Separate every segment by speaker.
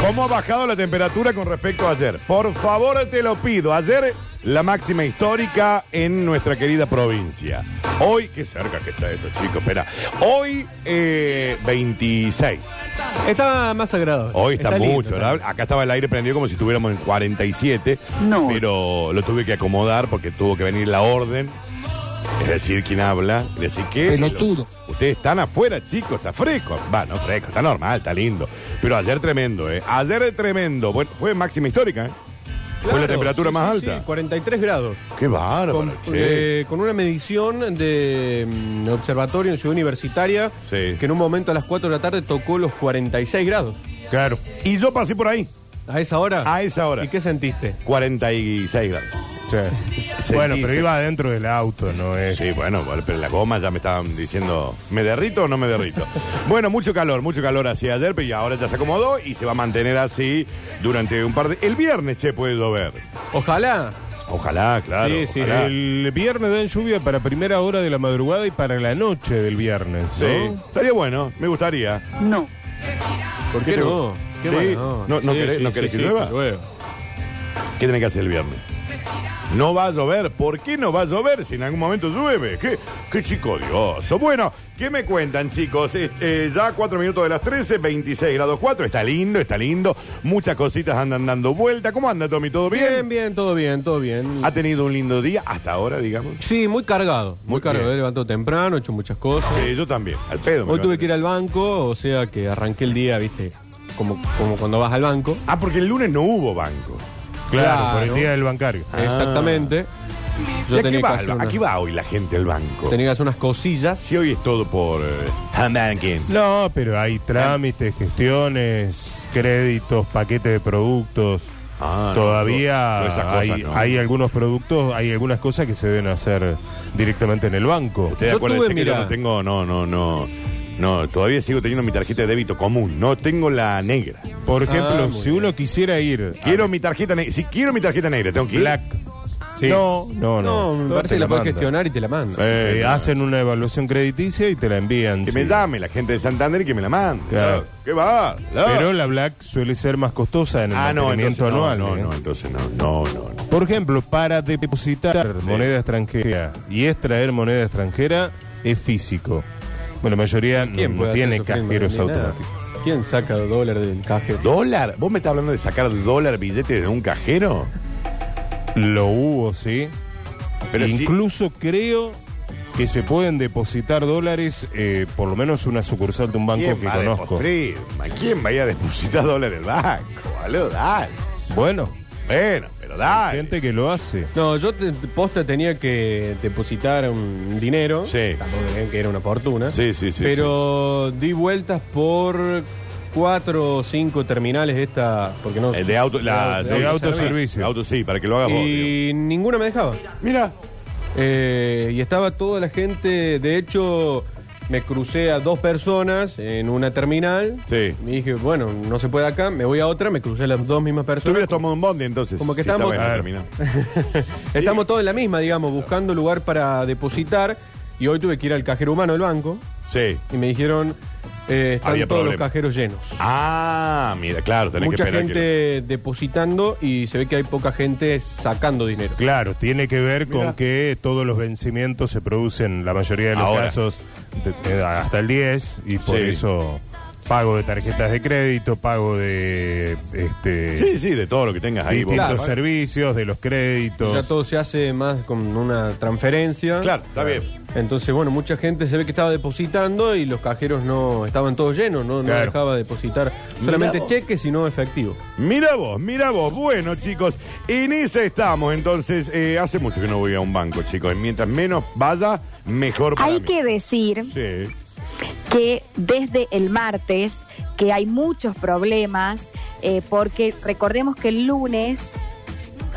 Speaker 1: ¿Cómo ha bajado la temperatura con respecto a ayer? Por favor, te lo pido. Ayer la máxima histórica en nuestra querida provincia. Hoy, qué cerca que está eso, chicos, espera. Hoy, eh, 26.
Speaker 2: Está más agradable.
Speaker 1: Hoy está,
Speaker 2: lindo,
Speaker 1: mucho. ¿verdad? Acá estaba el aire prendido como si estuviéramos en 47.
Speaker 3: No.
Speaker 1: Pero lo tuve que acomodar porque tuvo que venir la orden. Es decir, quien habla. Es decir, que.
Speaker 3: Pelotudo.
Speaker 1: Ustedes están afuera, chicos. Está fresco. Va, no fresco. Está normal, está lindo. Pero ayer tremendo, ¿eh? Ayer tremendo. Bueno, fue máxima histórica, ¿eh? fue la
Speaker 2: Claro,
Speaker 1: temperatura
Speaker 2: sí,
Speaker 1: más
Speaker 2: sí,
Speaker 1: alta.
Speaker 2: sí, 43 grados.
Speaker 1: Qué bárbaro,
Speaker 2: Con,
Speaker 1: che.
Speaker 2: eh, con una medición de mm, observatorio en Ciudad Universitaria
Speaker 1: Sí.
Speaker 2: que en un momento a las 4 de la tarde tocó los 46 grados.
Speaker 1: Claro. Y yo pasé por ahí.
Speaker 2: ¿A esa hora?
Speaker 1: A esa hora.
Speaker 2: ¿Y qué sentiste?
Speaker 1: 46 grados. Sentí-
Speaker 4: Bueno, pero iba adentro del auto, ¿no es?
Speaker 1: Eh, Sí, bueno, bueno, pero las gomas ya me estaban diciendo, ¿me derrito o no me derrito? Bueno, mucho calor, mucho calor hacía ayer, pero ya ahora ya se acomodó y se va a mantener así durante un par de... El viernes, che, puede llover.
Speaker 2: Ojalá.
Speaker 1: Ojalá, claro.
Speaker 2: Sí, sí,
Speaker 1: ojalá.
Speaker 4: El viernes dan lluvia para primera hora de la madrugada y para la noche del viernes. ¿no?
Speaker 1: Sí, estaría bueno, me gustaría.
Speaker 3: No.
Speaker 2: ¿Por
Speaker 1: qué
Speaker 2: qué no?
Speaker 1: no?
Speaker 2: Qué
Speaker 1: Sí.
Speaker 2: bueno,
Speaker 1: No- no querés- no querés que llueva. ¿Qué tiene que hacer el viernes? No va a llover. ¿Por qué no va a llover si en algún momento llueve? ¿Qué, qué chico odioso. Bueno, ¿qué me cuentan, chicos? Eh, eh, ya 4 minutos de las 13, 26 grados 4. Está lindo, está lindo. Muchas cositas andan dando vuelta. ¿Cómo anda, Tommy? ¿Todo bien?
Speaker 2: Bien, bien, todo bien, todo bien.
Speaker 1: ¿Ha tenido un lindo día hasta ahora, digamos?
Speaker 2: Sí, muy cargado. Muy,
Speaker 1: Muy
Speaker 2: cargado.
Speaker 1: bien.
Speaker 2: He levantado temprano, he hecho muchas cosas.
Speaker 1: Eh, yo también, al pedo. me
Speaker 2: Hoy tuve
Speaker 1: levanté.
Speaker 2: que ir al banco, o sea que arranqué el día, viste, como, como cuando vas al banco.
Speaker 1: Ah, porque el lunes no hubo banco.
Speaker 4: Claro,
Speaker 2: Claro.
Speaker 4: por el día del bancario.
Speaker 2: Exactamente.
Speaker 1: ¿Y a qué va,
Speaker 2: hacer
Speaker 1: el-
Speaker 2: una-
Speaker 1: ¿A qué va hoy la gente al banco?
Speaker 2: tenía que hacer unas cosillas.
Speaker 1: Si hoy es todo por... eh, hand banking.
Speaker 4: No, pero hay trámites, gestiones, créditos, paquetes de productos.
Speaker 1: Ah, no,
Speaker 4: Todavía
Speaker 1: yo- yo esas cosas
Speaker 4: hay,
Speaker 1: no.
Speaker 4: hay algunos productos, hay algunas cosas que se deben hacer directamente en el banco.
Speaker 1: Ustedes
Speaker 2: Yo
Speaker 1: acuérdense
Speaker 2: tuve,
Speaker 1: que yo
Speaker 2: mira.
Speaker 1: no tengo, no, no, no. No, todavía sigo teniendo mi tarjeta de débito común. No tengo la negra.
Speaker 4: Por
Speaker 1: Ah,
Speaker 4: ejemplo,
Speaker 2: muy
Speaker 4: si uno quisiera ir a
Speaker 1: Quiero mi tarjeta negra. Si quiero mi tarjeta negra, tengo que ir.
Speaker 4: Black,
Speaker 2: Sí.
Speaker 4: no, no, no.
Speaker 2: No, me
Speaker 4: No
Speaker 2: parece
Speaker 4: te
Speaker 2: que la puedes
Speaker 4: manda.
Speaker 2: gestionar y te la manda.
Speaker 1: Eh,
Speaker 4: Eh, hacen una evaluación crediticia y te la envían.
Speaker 1: Que
Speaker 4: sí.
Speaker 1: me llame la gente de Santander y que me la mande.
Speaker 4: Claro.
Speaker 1: ¿Qué va? No.
Speaker 4: Pero la Black suele ser más costosa en el
Speaker 1: ah, no, entonces
Speaker 4: mantenimiento
Speaker 1: no,
Speaker 4: anual.
Speaker 1: no,
Speaker 4: ¿eh?
Speaker 1: no, entonces no, no, no. no.
Speaker 4: Por ejemplo, para depositar
Speaker 1: Sí.
Speaker 4: moneda extranjera y extraer moneda extranjera es físico. Bueno, la mayoría no, no
Speaker 2: puede hacer
Speaker 4: tiene
Speaker 2: eso, Filman?
Speaker 4: cajeros
Speaker 2: Ni nada.
Speaker 4: automáticos.
Speaker 2: ¿Quién saca dólar del cajero?
Speaker 1: ¿Dólar? ¿Vos me estás hablando de sacar dólar billete de un cajero?
Speaker 4: Lo hubo, sí.
Speaker 1: Pero sí-
Speaker 4: Incluso creo que se pueden depositar dólares, eh, por lo menos una sucursal de un banco que
Speaker 1: va a
Speaker 4: conozco.
Speaker 1: depositar? ¿Quién vaya a depositar dólar en el banco? Aló, dale.
Speaker 4: Bueno,
Speaker 1: Bueno, pero dale.
Speaker 4: gente que lo hace.
Speaker 2: No, yo te, posta tenía que depositar un dinero.
Speaker 1: Sí.
Speaker 2: Tampoco creían que era una fortuna.
Speaker 1: Sí, sí, sí,
Speaker 2: Pero di vueltas por cuatro o cinco terminales de esta. Porque no.
Speaker 1: El Eh, de auto, la,
Speaker 2: de
Speaker 4: sí,
Speaker 1: autoservicio.
Speaker 4: autoservicio.
Speaker 1: Auto sí, para que lo hagas vos. digo.
Speaker 2: Y ninguna me dejaba.
Speaker 1: Mira,
Speaker 2: Eh, y estaba toda la gente, de hecho, me crucé a dos personas en una terminal.
Speaker 1: Sí.
Speaker 2: Y dije, bueno, no se puede acá, me voy a otra, me crucé a las dos mismas
Speaker 1: tú
Speaker 2: personas.
Speaker 1: hubieras tomado un bondi entonces.
Speaker 2: Como que
Speaker 1: Sí,
Speaker 2: estamos-
Speaker 1: está
Speaker 4: Claro.
Speaker 1: bueno,
Speaker 2: Estamos todos en la misma, digamos, buscando lugar para depositar. Y hoy tuve que ir al cajero humano del banco
Speaker 1: Sí.
Speaker 2: y me dijeron, eh, están
Speaker 1: Había
Speaker 2: todos los
Speaker 1: problema.
Speaker 2: cajeros llenos.
Speaker 1: Ah, mira, claro, tenés
Speaker 2: Mucha
Speaker 1: que esperar.
Speaker 2: gente
Speaker 1: que-
Speaker 2: depositando y se ve que hay poca gente sacando dinero.
Speaker 4: Claro, tiene que ver
Speaker 1: Mirá.
Speaker 4: con que todos los vencimientos se producen, la mayoría de los
Speaker 1: Ahora.
Speaker 4: casos, de- eh, hasta el 10, y por
Speaker 1: Sí.
Speaker 4: eso pago de tarjetas de crédito, pago de este,
Speaker 1: Sí, sí, de todo lo que tengas ahí. vos.
Speaker 4: distintos
Speaker 2: Claro.
Speaker 4: servicios, de los créditos.
Speaker 2: Ya todo se hace más con una transferencia.
Speaker 1: Claro, está bien.
Speaker 2: Entonces, bueno, mucha gente se ve que estaba depositando y los cajeros no estaban todos llenos, no, no
Speaker 4: Claro.
Speaker 2: dejaba depositar
Speaker 1: Mirá
Speaker 2: solamente
Speaker 1: vos.
Speaker 2: cheques y no efectivo.
Speaker 1: Mira vos, mira vos. Bueno, chicos, en esa estamos. Entonces, eh, hace mucho que no voy a un banco, chicos. y Mientras menos vaya, mejor para
Speaker 5: Hay
Speaker 1: mí.
Speaker 5: que decir
Speaker 1: Sí.
Speaker 5: que desde el martes que hay muchos problemas eh, porque recordemos que el lunes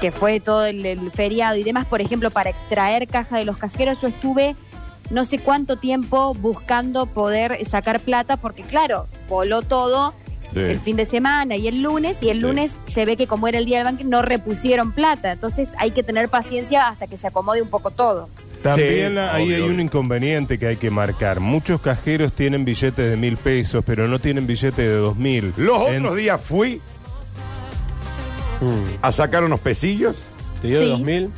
Speaker 5: que fue todo el, el feriado y demás, por ejemplo, para extraer caja de los cajeros yo estuve no sé cuánto tiempo buscando poder sacar plata porque claro, voló todo
Speaker 1: Sí.
Speaker 5: el fin de semana y el lunes y el
Speaker 1: Sí.
Speaker 5: lunes se ve que como era el día del banco no repusieron plata, entonces hay que tener paciencia hasta que se acomode un poco todo.
Speaker 4: También
Speaker 1: Sí,
Speaker 4: la- ahí
Speaker 1: obvio,
Speaker 4: hay un
Speaker 1: obvio.
Speaker 4: inconveniente que hay que marcar. Muchos cajeros tienen billetes de mil pesos, pero no tienen billetes de dos mil.
Speaker 1: Los
Speaker 4: En-
Speaker 1: otros días fui a sacar unos pesillos,
Speaker 2: Mm. ¿Te dio
Speaker 5: Sí.
Speaker 2: de 2000?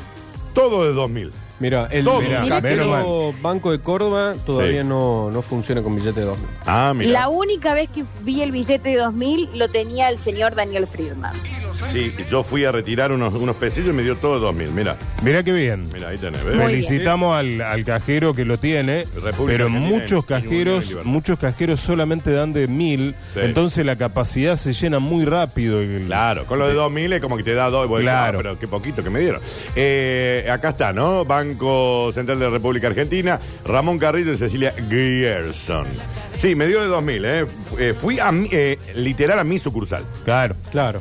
Speaker 1: todo de 2000.
Speaker 2: Mira, el
Speaker 1: Todo.
Speaker 2: mira,
Speaker 5: Mira que-
Speaker 2: Banco- Banco de Córdoba todavía
Speaker 1: Sí.
Speaker 2: no, no funciona con billete de 2000.
Speaker 1: Ah,
Speaker 5: La
Speaker 1: mira.
Speaker 5: única vez que vi el billete de 2000 lo tenía el señor Daniel Friedman.
Speaker 1: Sí, yo fui a retirar unos, unos pesillos y me dio todo de 2000. Mira,
Speaker 4: Mirá qué bien.
Speaker 1: mira, ahí tenés. ¿ves?
Speaker 5: Muy
Speaker 4: Felicitamos al, al cajero que lo tiene,
Speaker 1: República
Speaker 4: pero
Speaker 1: Argentina
Speaker 4: muchos
Speaker 1: en Unión de
Speaker 4: cajeros,
Speaker 1: Libertad.
Speaker 4: muchos cajeros solamente dan de mil,
Speaker 1: Sí.
Speaker 4: entonces la capacidad se llena muy rápido. y-
Speaker 1: Claro, con lo de 2000 es como que te da dos. y vos decís,
Speaker 4: Claro.
Speaker 1: "Ah, pero qué poquito que me dieron. Eh, acá está, ¿no? Banco Central de la República Argentina, Ramón Carrillo y Cecilia Grierson. Sí, me dio de 2000, ¿eh? Fu- eh, fui a mi- eh, literal a mi sucursal.
Speaker 4: Claro.
Speaker 2: Claro.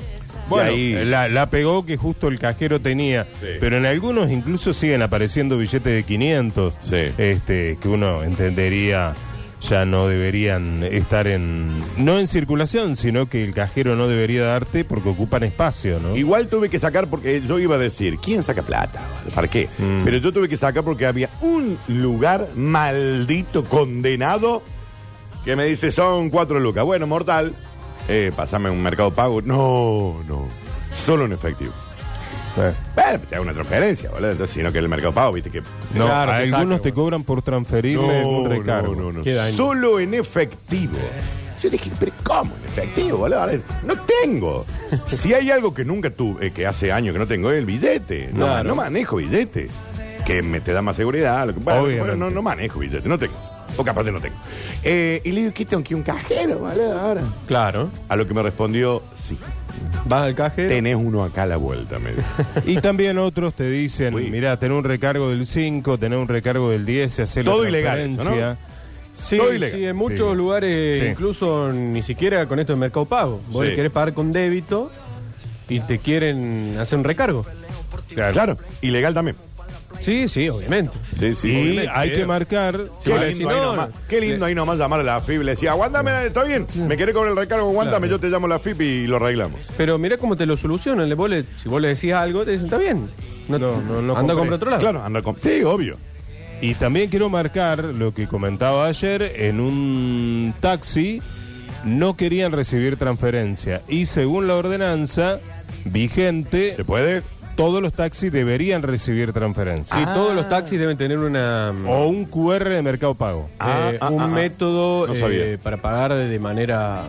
Speaker 4: Bueno,
Speaker 1: Y ahí-
Speaker 4: la, la pegó que justo el cajero tenía,
Speaker 1: Sí.
Speaker 4: pero en algunos incluso siguen apareciendo billetes de 500,
Speaker 1: Sí.
Speaker 4: este, que uno entendería ya no deberían estar en, no en circulación, sino que el cajero no debería darte porque ocupan espacio, ¿no?
Speaker 1: Igual tuve que sacar porque yo iba a decir, ¿quién saca plata? ¿Para qué?
Speaker 4: Mm.
Speaker 1: Pero yo tuve que sacar porque había un lugar maldito, condenado, que me dice, son cuatro lucas. Bueno, mortal, eh, pasame un mercado pago. No, no, solo en efectivo.
Speaker 4: Eh.
Speaker 1: Bueno, te hago una transferencia, ¿vale? Entonces, sino que el mercado pago, viste que...
Speaker 4: No,
Speaker 2: Claro,
Speaker 4: a
Speaker 2: te
Speaker 4: algunos
Speaker 2: saca,
Speaker 4: te
Speaker 2: bueno.
Speaker 4: cobran por transferirle un recargo.
Speaker 1: no, no, no.
Speaker 2: Qué daño.
Speaker 1: Solo en efectivo. Yo dije, pero ¿cómo en efectivo, boludo? Ahora, No tengo. Si hay algo que nunca tuve, eh, que hace años que no tengo, es el billete. No,
Speaker 2: Claro.
Speaker 1: no manejo billete. Que me te da más seguridad. lo que- bueno,
Speaker 4: Obviamente.
Speaker 1: bueno, no, no manejo billete, no tengo. O capaz que no tengo. Eh, y le digo, ¿qué tengo que un cajero, boludo, ahora?
Speaker 2: Claro.
Speaker 1: A lo que me respondió, sí,
Speaker 2: Vas al cajero.
Speaker 1: tenés uno acá a la vuelta, me dijo.
Speaker 4: Y también otros te dicen,
Speaker 1: Uy.
Speaker 4: mirá, tener un recargo del 5, tener un recargo del 10, se hace
Speaker 1: Todo
Speaker 4: la
Speaker 1: ilegal eso,
Speaker 4: transferencia.
Speaker 2: Sí,
Speaker 1: Todo ilegal.
Speaker 2: sí, en muchos
Speaker 4: Sí.
Speaker 2: lugares,
Speaker 4: Sí.
Speaker 2: incluso ni siquiera con esto de Mercado Pago. Vos
Speaker 1: Sí.
Speaker 2: le querés pagar con débito y te quieren hacer un recargo.
Speaker 1: Claro. ilegal también.
Speaker 2: Sí, sí, obviamente.
Speaker 1: Sí, sí.
Speaker 4: Y
Speaker 2: Obviamente,
Speaker 4: hay
Speaker 2: eh.
Speaker 4: que marcar
Speaker 1: Qué
Speaker 2: Porque
Speaker 1: lindo,
Speaker 2: si
Speaker 1: ahí
Speaker 2: no,
Speaker 1: nomás,
Speaker 2: no.
Speaker 1: qué lindo ahí nomás llamar a la FIP. Le decía, aguántame, está bien. Me querés cobrar el recargo, aguántame, yo te llamo a la FIP y lo arreglamos.
Speaker 2: Pero mirá cómo te lo solucionan. Le- vos le- si vos le decías algo, te dicen, está bien. No,
Speaker 4: No, no, no
Speaker 2: anda a
Speaker 4: compres.
Speaker 2: comprar otro lado.
Speaker 1: Claro, anda con. Sí, obvio.
Speaker 4: Y también quiero marcar lo que comentaba ayer, en un taxi no querían recibir transferencia y según la ordenanza vigente,
Speaker 1: ¿Se puede? Ah.
Speaker 4: todos los taxis deberían recibir transferencia.
Speaker 2: Sí, todos los taxis deben tener una...
Speaker 4: O un QR de Mercado Pago,
Speaker 1: Ah,
Speaker 2: eh,
Speaker 1: ah,
Speaker 2: un
Speaker 1: ah, ah.
Speaker 2: método
Speaker 1: No sabía.
Speaker 2: eh, para pagar de manera...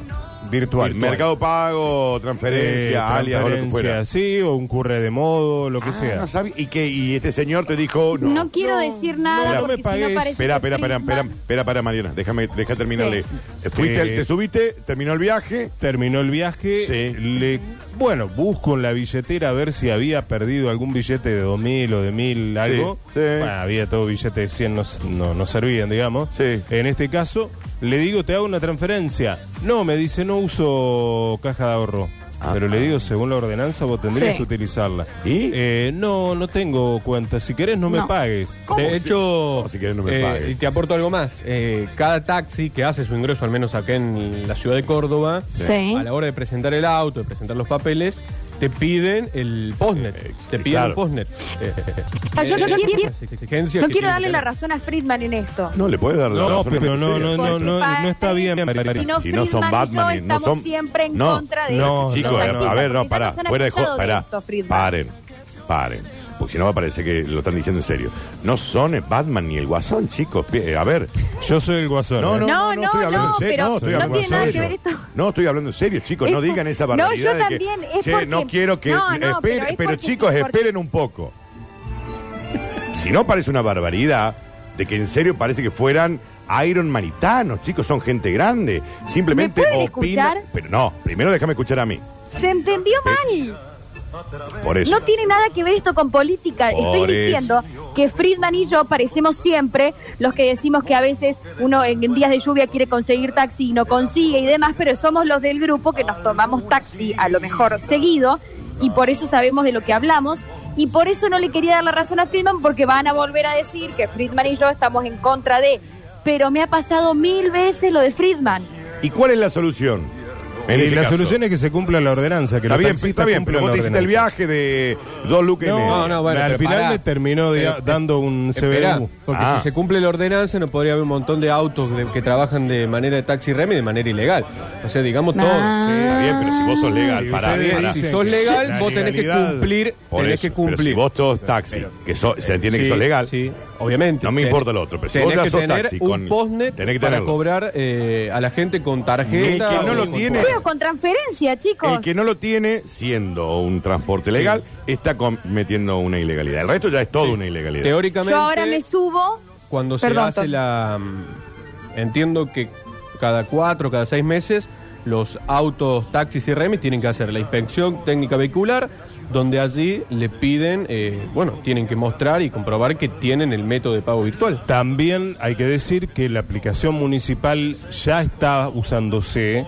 Speaker 4: virtual.
Speaker 1: Mercado Pago,
Speaker 4: Eh,
Speaker 1: transferencia, alias o lo que fuera.
Speaker 4: transferencia, sí, o un QR de modo, lo que
Speaker 1: Ah,
Speaker 4: sea.
Speaker 1: no sabía. ¿Y, qué? y este señor te dijo.
Speaker 5: No,
Speaker 1: No.
Speaker 5: quiero decir nada
Speaker 4: no me
Speaker 5: porque si
Speaker 4: pagues.
Speaker 5: parece
Speaker 1: Espera,
Speaker 5: que
Speaker 1: espera, espera, espera,
Speaker 5: Friedman-
Speaker 1: espera, para Mariana, déjame, deja terminarle.
Speaker 5: Sí.
Speaker 1: Eh, Fuiste,
Speaker 4: Eh.
Speaker 1: te subiste, terminó el viaje.
Speaker 4: Terminó el viaje,
Speaker 1: Sí.
Speaker 4: le, bueno, busco en la billetera a ver si había perdido algún billete de 2000 o de 1000, algo.
Speaker 1: sí.
Speaker 4: Bueno, había todo billete de 100, no, s- no, no servían, digamos.
Speaker 1: Sí.
Speaker 4: En este caso, le digo, te hago una transferencia. No, me dice, no uso caja de ahorro.
Speaker 1: Ah.
Speaker 4: Pero le digo, según la ordenanza, vos tendrías
Speaker 5: Sí.
Speaker 4: que utilizarla.
Speaker 1: ¿Y?
Speaker 4: Eh, no, no tengo cuenta. Si querés, no, me
Speaker 5: No.
Speaker 4: pagues.
Speaker 1: ¿Cómo?
Speaker 2: De
Speaker 1: Si-
Speaker 2: hecho,
Speaker 1: no, si querés no me
Speaker 2: eh,
Speaker 1: pagues.
Speaker 2: y te aporto algo más. Eh, cada taxi que hace su ingreso, al menos acá en la ciudad de Córdoba,
Speaker 5: Sí.
Speaker 2: a la hora de presentar el auto, de presentar los papeles, te piden el postnet.
Speaker 1: Eh,
Speaker 2: te
Speaker 1: eh,
Speaker 2: piden
Speaker 1: claro.
Speaker 2: el postnet. Eh,
Speaker 5: Ah, yo- yo- yo-
Speaker 2: esas
Speaker 5: yo-
Speaker 2: exigencias
Speaker 5: No
Speaker 2: que
Speaker 5: quiero
Speaker 2: tienen
Speaker 5: darle
Speaker 2: que
Speaker 5: la
Speaker 2: tener.
Speaker 5: razón a Friedman en esto.
Speaker 1: No le puedes dar la
Speaker 4: No,
Speaker 1: razón a
Speaker 4: pero
Speaker 1: lo que
Speaker 4: no,
Speaker 1: sea.
Speaker 4: no, no, no, no está bien.
Speaker 5: Si no,
Speaker 1: Si no son
Speaker 5: Friedman y
Speaker 1: Batman,
Speaker 5: yo
Speaker 1: no
Speaker 5: estamos
Speaker 1: son-
Speaker 5: siempre en
Speaker 1: no,
Speaker 5: contra de
Speaker 4: no,
Speaker 5: los
Speaker 1: Chicos,
Speaker 4: no,
Speaker 1: a-
Speaker 5: taxistas,
Speaker 1: a ver, no,
Speaker 5: porque
Speaker 1: pará,
Speaker 5: nos han
Speaker 1: fuera de
Speaker 5: acusado
Speaker 1: juego, pará,
Speaker 5: esto, Friedman.
Speaker 1: paren, paren, porque si no va a parecer que lo están diciendo en serio. No son el Batman ni el Guasón, chicos, pi- eh, a ver.
Speaker 4: Yo soy el guasón. ¿eh?
Speaker 5: no.
Speaker 1: estoy hablando en
Speaker 5: no,
Speaker 1: serio,
Speaker 5: pero
Speaker 1: estoy
Speaker 4: no
Speaker 1: hablando
Speaker 4: tiene
Speaker 1: en
Speaker 4: nada que
Speaker 1: serio.
Speaker 5: ver esto.
Speaker 1: No, estoy hablando en serio, chicos,
Speaker 5: Es
Speaker 1: no
Speaker 5: por-
Speaker 1: digan esa
Speaker 5: No, yo
Speaker 1: barbaridad de que,
Speaker 5: también, es
Speaker 1: che, no
Speaker 5: porque-
Speaker 1: quiero que
Speaker 5: No, no, pero
Speaker 1: espere-
Speaker 5: es
Speaker 1: pero
Speaker 5: porque-
Speaker 1: chicos,
Speaker 5: porque-
Speaker 1: esperen un poco. Si no parece una barbaridad de que en serio parece que fueran Iron Manitanos, chicos, son gente grande, simplemente
Speaker 5: pueden
Speaker 1: opinan,
Speaker 5: escuchar?
Speaker 1: pero no, primero déjame escuchar a mí.
Speaker 5: Se entendió mal.
Speaker 1: Por eso.
Speaker 5: No tiene nada que ver esto con política.
Speaker 1: Por
Speaker 5: Estoy
Speaker 1: eso.
Speaker 5: diciendo que Friedman y yo parecemos siempre los que decimos que a veces uno en días de lluvia quiere conseguir taxi y no consigue y demás, pero somos los del grupo que nos tomamos taxi a lo mejor seguido y por eso sabemos de lo que hablamos. Y por eso no le quería dar la razón a Friedman porque van a volver a decir que Friedman y yo estamos en contra de... Pero me ha pasado mil veces lo de Friedman.
Speaker 1: ¿Y cuál es la solución? En
Speaker 4: Y
Speaker 1: ese
Speaker 4: la
Speaker 1: caso.
Speaker 4: solución es que se cumpla la ordenanza, que
Speaker 1: Está
Speaker 4: los
Speaker 1: bien,
Speaker 4: taxistas
Speaker 1: está bien, pero
Speaker 4: cumplan
Speaker 1: vos
Speaker 4: la
Speaker 1: te hiciste el eh,
Speaker 4: ordenanza.
Speaker 1: viaje de dos lucas y
Speaker 4: No,
Speaker 1: medio.
Speaker 2: no, bueno,
Speaker 4: al
Speaker 2: pero
Speaker 4: final
Speaker 2: pará.
Speaker 4: me terminó de-
Speaker 2: Pero-
Speaker 4: dando un
Speaker 2: Esperá,
Speaker 4: CBU.
Speaker 2: porque
Speaker 1: Ah.
Speaker 2: si se cumple la ordenanza no podría haber un montón de autos de- que trabajan de manera de taxi remi de manera ilegal. O sea, digamos
Speaker 5: Ah.
Speaker 2: todo. sí.
Speaker 1: Está bien, pero si vos sos legal,
Speaker 4: Sí,
Speaker 1: pará,
Speaker 4: ustedes
Speaker 1: pará.
Speaker 2: Si
Speaker 4: dicen
Speaker 2: sos
Speaker 4: que
Speaker 2: legal,
Speaker 4: la
Speaker 2: vos tenés que
Speaker 4: legalidad-
Speaker 2: cumplir,
Speaker 1: Por
Speaker 2: tenés
Speaker 1: eso,
Speaker 2: que
Speaker 1: pero si
Speaker 2: cumplir.
Speaker 1: vos sos taxi, que so- se entiende que
Speaker 2: Sí,
Speaker 1: sos legal,
Speaker 2: Sí, obviamente.
Speaker 1: No me
Speaker 2: Tenés-
Speaker 1: importa lo otro, pero si vos
Speaker 2: tenés
Speaker 1: ya
Speaker 2: que
Speaker 1: sos
Speaker 2: tener
Speaker 1: taxi
Speaker 2: un
Speaker 1: con-
Speaker 2: postnet
Speaker 1: tenés que
Speaker 2: para
Speaker 1: tenerlo.
Speaker 2: cobrar eh, a la gente con tarjeta.
Speaker 1: Ni que no
Speaker 2: o
Speaker 1: lo
Speaker 2: con-
Speaker 1: tiene.
Speaker 5: Pero con transferencia, chicos.
Speaker 1: El que no lo tiene, siendo un transporte legal, está cometiendo una ilegalidad. El resto ya es todo una ilegalidad.
Speaker 2: Teóricamente,
Speaker 5: Yo ahora me subo.
Speaker 2: cuando se
Speaker 5: Perdón,
Speaker 2: hace
Speaker 5: Tom.
Speaker 2: la... mm, Entiendo que cada cuatro, cada seis meses, los autos, taxis y remis tienen que hacer la inspección técnica vehicular, donde allí le piden, eh, bueno, tienen que mostrar y comprobar que tienen el método de pago virtual.
Speaker 4: También hay que decir que la aplicación municipal ya está usándose,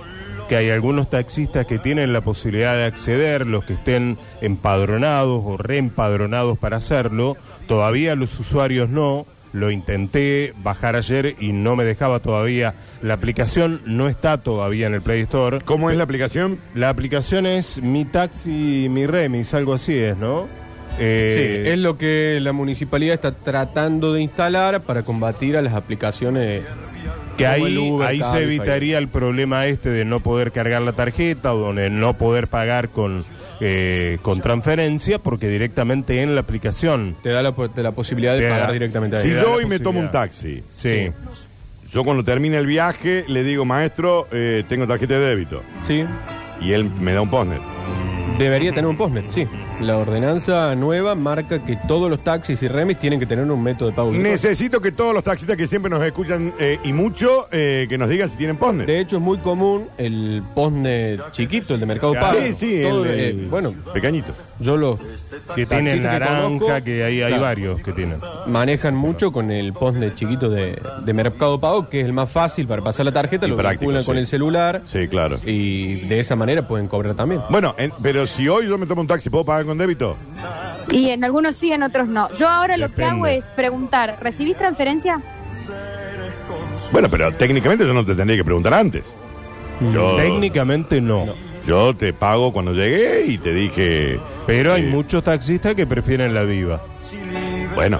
Speaker 4: que hay algunos taxistas que tienen la posibilidad de acceder, los que estén empadronados o reempadronados para hacerlo, todavía los usuarios no. Lo intenté bajar ayer y no me dejaba todavía. La aplicación no está todavía en el Play Store.
Speaker 1: ¿Cómo es la aplicación?
Speaker 4: La aplicación es Mi Taxi, Mi Remis, algo así es, ¿no? Eh,
Speaker 2: Sí, es lo que la municipalidad está tratando de instalar para combatir a las aplicaciones.
Speaker 4: Que
Speaker 2: como el
Speaker 4: ahí,
Speaker 2: Uber,
Speaker 4: ahí se
Speaker 2: Cabify.
Speaker 4: evitaría el problema este de no poder cargar la tarjeta o de no poder pagar con, eh, con transferencia, porque directamente en la aplicación.
Speaker 2: Te da la, po- te la posibilidad de
Speaker 4: Te da-
Speaker 2: pagar directamente ahí.
Speaker 1: Si
Speaker 4: da
Speaker 1: yo
Speaker 4: la
Speaker 1: hoy me
Speaker 4: posibilidad.
Speaker 1: tomo un taxi,
Speaker 4: Sí.
Speaker 1: yo cuando termine el viaje le digo, maestro, eh, tengo tarjeta de débito.
Speaker 2: Sí,
Speaker 1: Y él me da un postnet.
Speaker 2: debería tener un postnet, sí. La ordenanza nueva marca que todos los taxis y remis tienen que tener un método de pago. virtual.
Speaker 1: Necesito que todos los taxistas que siempre nos escuchan eh, y mucho, eh, que nos digan si tienen postnet.
Speaker 2: De hecho, es muy común el postnet chiquito, el de Mercado
Speaker 1: Claro.
Speaker 2: Pago.
Speaker 1: Sí, sí,
Speaker 2: Todo,
Speaker 1: el-
Speaker 2: eh,
Speaker 1: el
Speaker 2: bueno,
Speaker 1: pequeñito.
Speaker 2: yo los
Speaker 4: Que tienen
Speaker 2: Taxista que
Speaker 4: naranja,
Speaker 2: conozco.
Speaker 4: que, ahí hay
Speaker 2: Claro.
Speaker 4: varios que tienen.
Speaker 2: manejan mucho con el postnet chiquito de, de Mercado Pago, que es el más fácil para pasar la tarjeta,
Speaker 1: Y
Speaker 2: lo
Speaker 1: práctico,
Speaker 2: vinculan
Speaker 1: sí.
Speaker 2: con el celular
Speaker 1: Sí, claro.
Speaker 2: y de esa manera pueden cobrar también.
Speaker 1: Bueno, en- pero si hoy yo me tomo un taxi, ¿puedo pagar con débito?
Speaker 5: Y en algunos sí, en otros no. Yo ahora lo que
Speaker 4: Depende.
Speaker 5: hago es preguntar, ¿recibís transferencia?
Speaker 1: Bueno, pero técnicamente yo no te tendría que preguntar antes. Yo,
Speaker 4: Técnicamente no.
Speaker 1: yo te pago cuando llegué y te dije,
Speaker 4: Pero hay
Speaker 1: Sí.
Speaker 4: muchos taxistas que prefieren la viva.
Speaker 1: bueno,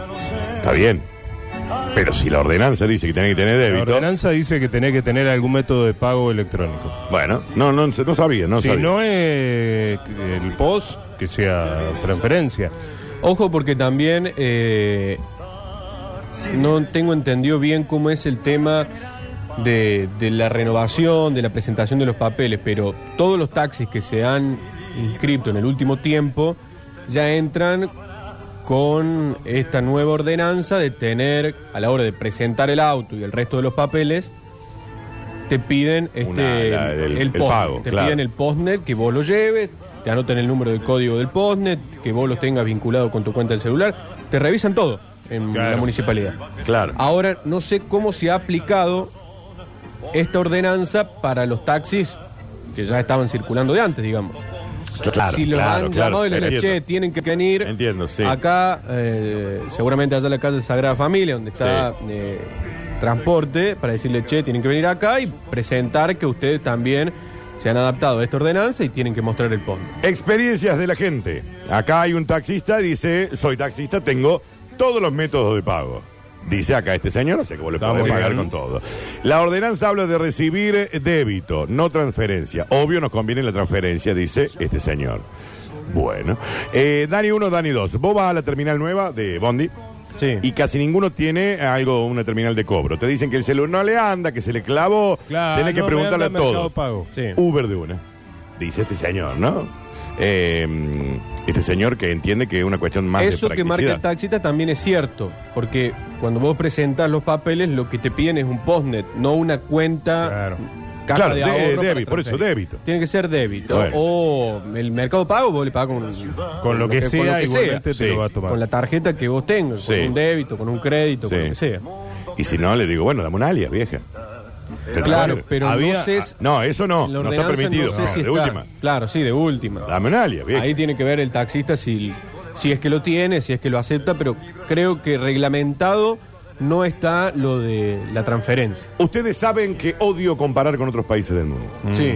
Speaker 1: está bien. Pero si la ordenanza dice que tiene que tener
Speaker 4: La
Speaker 1: débito,
Speaker 4: ordenanza dice que tenés que tener algún método de pago electrónico.
Speaker 1: bueno, no, no, no sabía, no
Speaker 4: si
Speaker 1: sabía.
Speaker 4: no es eh, el POS, que sea transferencia.
Speaker 2: Ojo porque también eh, no tengo entendido bien cómo es el tema de, de la renovación, de la presentación de los papeles, pero todos los taxis que se han inscrito en el último tiempo ya entran con esta nueva ordenanza de tener, a la hora de presentar el auto y el resto de los papeles, te piden este,
Speaker 1: Una- la- el- el
Speaker 2: postnet.
Speaker 1: pago,
Speaker 2: te
Speaker 1: claro.
Speaker 2: piden el postnet que vos lo lleves, te anotan el número de código del postnet, que vos lo tengas vinculado con tu cuenta del celular, te revisan todo en
Speaker 4: Claro.
Speaker 2: la municipalidad.
Speaker 1: Claro.
Speaker 2: Ahora no sé cómo se ha aplicado esta ordenanza para los taxis que ya estaban circulando de antes, digamos.
Speaker 1: Claro,
Speaker 2: si los
Speaker 1: claro,
Speaker 2: han
Speaker 1: claro,
Speaker 2: llamado y les dicen,
Speaker 1: entiendo.
Speaker 2: "Che, tienen que venir
Speaker 1: Entiendo, sí.
Speaker 2: acá, eh, seguramente allá en la calle Sagrada Familia, donde está
Speaker 1: Sí.
Speaker 2: eh, transporte, para decirle, che, tienen que venir acá y presentar que ustedes también se han adaptado a esta ordenanza y tienen que mostrar el fondo.
Speaker 1: Experiencias de la gente. Acá hay un taxista, dice, soy taxista, tengo todos los métodos de pago. Dice acá este señor, o sea que vos le
Speaker 4: Está
Speaker 1: podés
Speaker 4: muy
Speaker 1: pagar
Speaker 4: bien.
Speaker 1: con todo. La ordenanza habla de recibir débito, no transferencia. Obvio nos conviene la transferencia, dice este señor. Bueno. Eh, Dani 1, Dani 2. Vos vas a la terminal nueva de Bondi
Speaker 2: Sí.
Speaker 1: y casi ninguno tiene algo, una terminal de cobro. Te dicen que el celular no le anda, que se le clavó. Tenés que
Speaker 4: no,
Speaker 1: preguntarle a
Speaker 4: me anda Mercado
Speaker 1: todos.
Speaker 4: Pago.
Speaker 2: sí.
Speaker 1: Uber de una, dice este señor, ¿no? Eh, este señor que entiende que es una cuestión más
Speaker 2: Eso
Speaker 1: de
Speaker 2: que marca el
Speaker 1: practicidad.
Speaker 2: taxista también es cierto, porque cuando vos presentas los papeles, lo que te piden es un postnet, no una cuenta.
Speaker 4: Claro.
Speaker 2: caja
Speaker 1: Claro,
Speaker 2: de
Speaker 1: de-
Speaker 2: ahorro para
Speaker 1: débito, por eso,
Speaker 2: transferir.
Speaker 1: débito.
Speaker 2: Tiene que ser débito.
Speaker 1: Bueno.
Speaker 2: O el mercado pago, vos le pagas con,
Speaker 4: Con lo que
Speaker 2: con lo
Speaker 4: sea,
Speaker 2: que
Speaker 4: igualmente
Speaker 1: sea.
Speaker 4: te
Speaker 1: Sí.
Speaker 4: lo va a tomar.
Speaker 2: Con la tarjeta que vos tengas,
Speaker 1: Sí.
Speaker 2: con un débito, con un crédito, con
Speaker 1: Sí.
Speaker 2: lo que sea.
Speaker 1: Y si no, le digo, bueno, dame un alias, vieja. Te
Speaker 2: Claro,
Speaker 1: traigo-
Speaker 2: pero
Speaker 4: Había-
Speaker 2: no sé,
Speaker 1: Ah, no, eso no,
Speaker 2: la
Speaker 1: no está
Speaker 2: ordenanza
Speaker 1: permitido.
Speaker 2: no sé
Speaker 1: no,
Speaker 2: si
Speaker 1: de
Speaker 2: está-
Speaker 1: última,
Speaker 2: Claro, sí, de última.
Speaker 1: dame un alias, vieja.
Speaker 2: Ahí tiene que ver el taxista si, si es que lo tiene, si es que lo acepta, pero creo que reglamentado no está lo de la transferencia.
Speaker 1: Mm. Ustedes saben que odio comparar con otros países del mundo.
Speaker 2: Sí.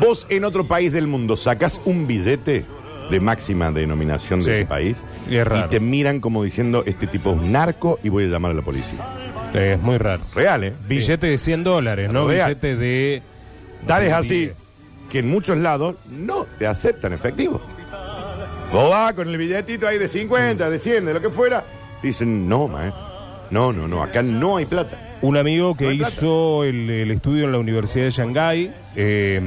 Speaker 1: Vos en otro país del mundo sacás un billete de máxima denominación de
Speaker 4: Sí.
Speaker 1: ese país
Speaker 4: Y es raro.
Speaker 1: te miran como diciendo, este tipo es un narco y voy a llamar a la policía.
Speaker 4: Es muy raro.
Speaker 1: Real, ¿eh?
Speaker 4: Billete de 100 dólares, ¿no?
Speaker 1: Real.
Speaker 4: Billete de.
Speaker 1: Tal es
Speaker 4: de
Speaker 1: así
Speaker 4: 10.
Speaker 1: que en muchos lados no te aceptan efectivo. Vos vas con el billetito ahí de 50, de 100, de lo que fuera. Te dicen, no, maestro. No, no, no, acá no hay plata.
Speaker 4: Un amigo que
Speaker 1: No hay plata.
Speaker 4: hizo el, el estudio en la Universidad de Shanghái, eh,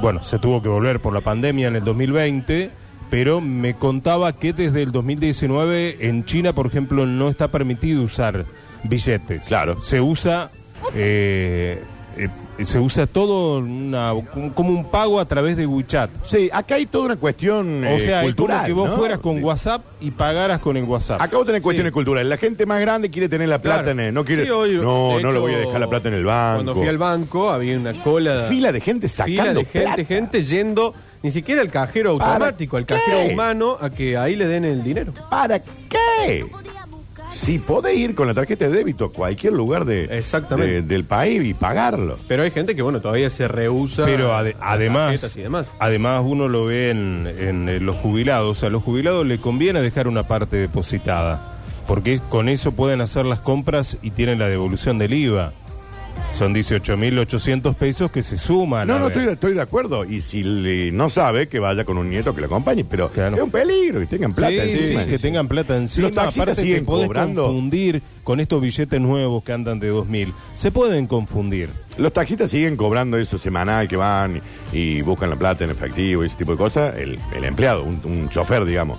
Speaker 4: bueno, se tuvo que volver por la pandemia en el 2020, pero me contaba que desde el 2019 en China, por ejemplo, no está permitido usar billetes.
Speaker 1: Claro.
Speaker 4: Se usa, eh, eh, se usa todo una- como un pago a través de WeChat.
Speaker 1: Sí, acá hay toda una cuestión
Speaker 4: O
Speaker 1: eh,
Speaker 4: sea, es
Speaker 1: cultural.
Speaker 4: como que vos
Speaker 1: ¿no?
Speaker 4: fueras con
Speaker 1: Sí.
Speaker 4: WhatsApp y pagaras con el WhatsApp.
Speaker 1: Acá vos tenés cuestiones culturales. La gente más grande quiere tener la plata
Speaker 2: Claro.
Speaker 1: en el, no quiere.
Speaker 2: Sí, hoy,
Speaker 1: no,
Speaker 2: de
Speaker 1: no le
Speaker 2: hecho,
Speaker 1: voy a dejar la plata en el banco.
Speaker 2: Cuando fui al banco había una cola.
Speaker 1: Fila de gente
Speaker 2: fila
Speaker 1: sacando
Speaker 2: de gente,
Speaker 1: plata.
Speaker 2: gente yendo ni siquiera al cajero
Speaker 1: ¿Para
Speaker 2: automático, al cajero
Speaker 1: qué?
Speaker 2: humano, a que ahí le den el dinero.
Speaker 1: ¿Para qué? Si podés ir con la tarjeta de débito a cualquier lugar de,
Speaker 2: Exactamente.
Speaker 1: de- del país y pagarlo.
Speaker 2: Pero hay gente que, bueno, todavía se rehúsa.
Speaker 4: Pero ade-
Speaker 2: las
Speaker 4: además,
Speaker 2: tarjetas y demás.
Speaker 4: además uno lo ve en, en, eh, los jubilados. A los jubilados le conviene dejar una parte depositada, porque es- con eso pueden hacer las compras y tienen la devolución del IVA. Son 18.800 pesos que se suman.
Speaker 1: No,
Speaker 4: a
Speaker 1: no,
Speaker 4: ver.
Speaker 1: estoy, de- estoy de acuerdo. Y si le- no sabe, que vaya con un nieto que lo acompañe. Pero
Speaker 4: Claro.
Speaker 1: es un peligro que tengan plata
Speaker 4: Sí, sí,
Speaker 1: encima.
Speaker 4: que tengan plata encima.
Speaker 1: Los taxistas
Speaker 4: Aparte te
Speaker 1: siguen
Speaker 4: podés
Speaker 1: cobrando.
Speaker 4: confundir con estos billetes nuevos que andan de 2.000. Se pueden confundir.
Speaker 1: Los taxistas siguen cobrando eso semanal que van y, y buscan la plata en efectivo y ese tipo de cosas. El, el empleado, un, un chofer, digamos.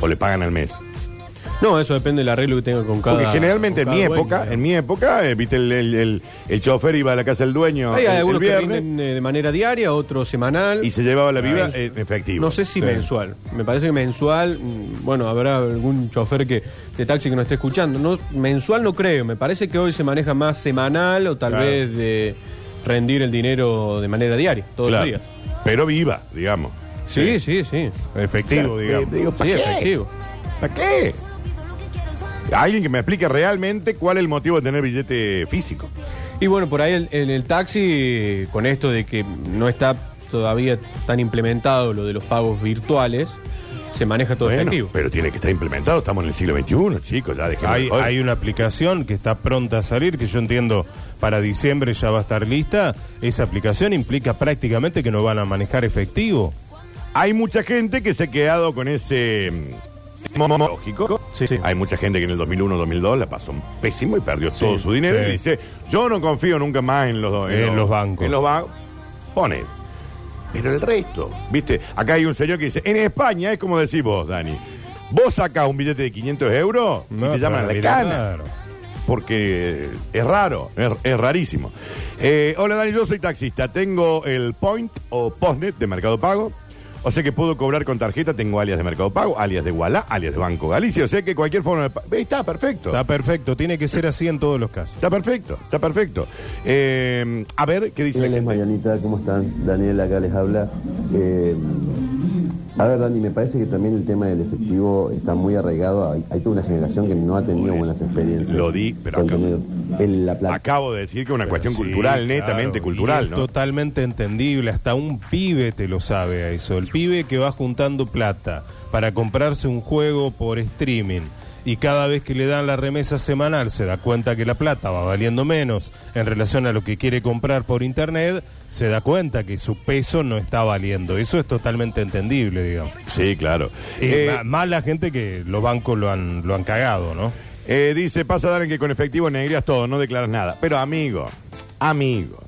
Speaker 1: O le pagan al mes.
Speaker 2: No, eso depende del arreglo que tenga con cada.
Speaker 1: Porque generalmente en
Speaker 2: con
Speaker 1: mi
Speaker 2: cada dueño,
Speaker 1: época,
Speaker 2: ¿no?
Speaker 1: en mi época, eh, viste, el, el- el- el chofer iba a la casa del dueño
Speaker 2: Hay
Speaker 1: el, el
Speaker 2: algunos que
Speaker 1: viernes
Speaker 2: rinden eh, de manera diaria, otros semanal.
Speaker 1: y se llevaba la vida
Speaker 2: Ahí.
Speaker 1: en efectivo.
Speaker 2: No sé si mensual. Me parece que mensual, mm, bueno, habrá algún chofer que de taxi que no esté escuchando. No, mensual no creo. Me parece que hoy se maneja más semanal o tal
Speaker 1: Claro.
Speaker 2: vez de rendir el dinero de manera diaria, todos
Speaker 1: Claro.
Speaker 2: los días.
Speaker 1: Pero viva, digamos.
Speaker 2: Sí, sí, sí. Sí,
Speaker 1: Claro,
Speaker 4: Efectivo, digamos.
Speaker 1: te- te digo, ¿para qué?
Speaker 2: efectivo.
Speaker 1: ¿Para qué? Alguien que me explique realmente cuál es el motivo de tener billete físico.
Speaker 2: Y bueno, por ahí el- en el taxi, con esto de que no está todavía tan implementado lo de los pagos virtuales, se maneja todo
Speaker 1: Bueno,
Speaker 2: efectivo.
Speaker 1: pero tiene que estar implementado. Estamos en el siglo XXI, chicos. Ya dejemos de
Speaker 4: Hay,
Speaker 1: joder.
Speaker 4: hay una aplicación que está pronta a salir, que yo entiendo para diciembre ya va a estar lista. Esa aplicación implica prácticamente que no van a manejar efectivo.
Speaker 1: Hay mucha gente que se ha quedado con ese mm, mo- mo- mo- lógico.
Speaker 2: Sí, sí.
Speaker 1: Hay mucha gente que en el 2001, 2002 la pasó pésimo y perdió todo su dinero
Speaker 4: sí.
Speaker 1: y dice, yo no confío nunca más en los,
Speaker 4: En los bancos.
Speaker 1: En los bancos. Pone. Pero el resto, ¿viste? Acá hay un señor que dice, en España es como decís vos, Dani. Vos sacás un billete de 500 euros y te llaman a la cana. Porque es raro, es, es rarísimo. Eh, hola Dani, yo soy taxista. Tengo el Point o Postnet de Mercado Pago. O sea que puedo cobrar con tarjeta. Tengo alias de Mercado Pago, alias de Wallah, alias de Banco Galicia. O sea que cualquier forma de... pa- Eh, Está perfecto.
Speaker 4: Está perfecto, tiene que ser así en todos los casos.
Speaker 1: Está perfecto, está perfecto. Eh, a ver, ¿qué dice la
Speaker 3: Hola,
Speaker 1: gente?
Speaker 3: Marianita, ¿cómo están? Daniel acá les habla. Eh, a ver, Dani, me parece que también el tema del efectivo está muy arraigado. Hay, hay toda una generación que no ha tenido buenas experiencias.
Speaker 1: Lo di, pero
Speaker 3: con
Speaker 1: acá-
Speaker 3: tener el- la plata.
Speaker 1: Acabo de decir que es una cuestión
Speaker 4: Sí,
Speaker 1: cultural,
Speaker 4: claro,
Speaker 1: netamente
Speaker 4: y
Speaker 1: cultural,
Speaker 4: es
Speaker 1: ¿no?
Speaker 4: Totalmente entendible, hasta un pibe te lo sabe a eso. El pibe que va juntando plata para comprarse un juego por streaming y cada vez que le dan la remesa semanal se da cuenta que la plata va valiendo menos en relación a lo que quiere comprar por internet, se da cuenta que su peso no está valiendo. Eso es totalmente entendible, digamos.
Speaker 1: Sí, claro.
Speaker 4: Y
Speaker 1: Eh,
Speaker 4: ma- más la gente que los bancos lo han, lo han cagado, ¿no?
Speaker 1: Eh, dice, pasa Darren que con efectivo negrías todo, no declaras nada. Pero amigo, amigo,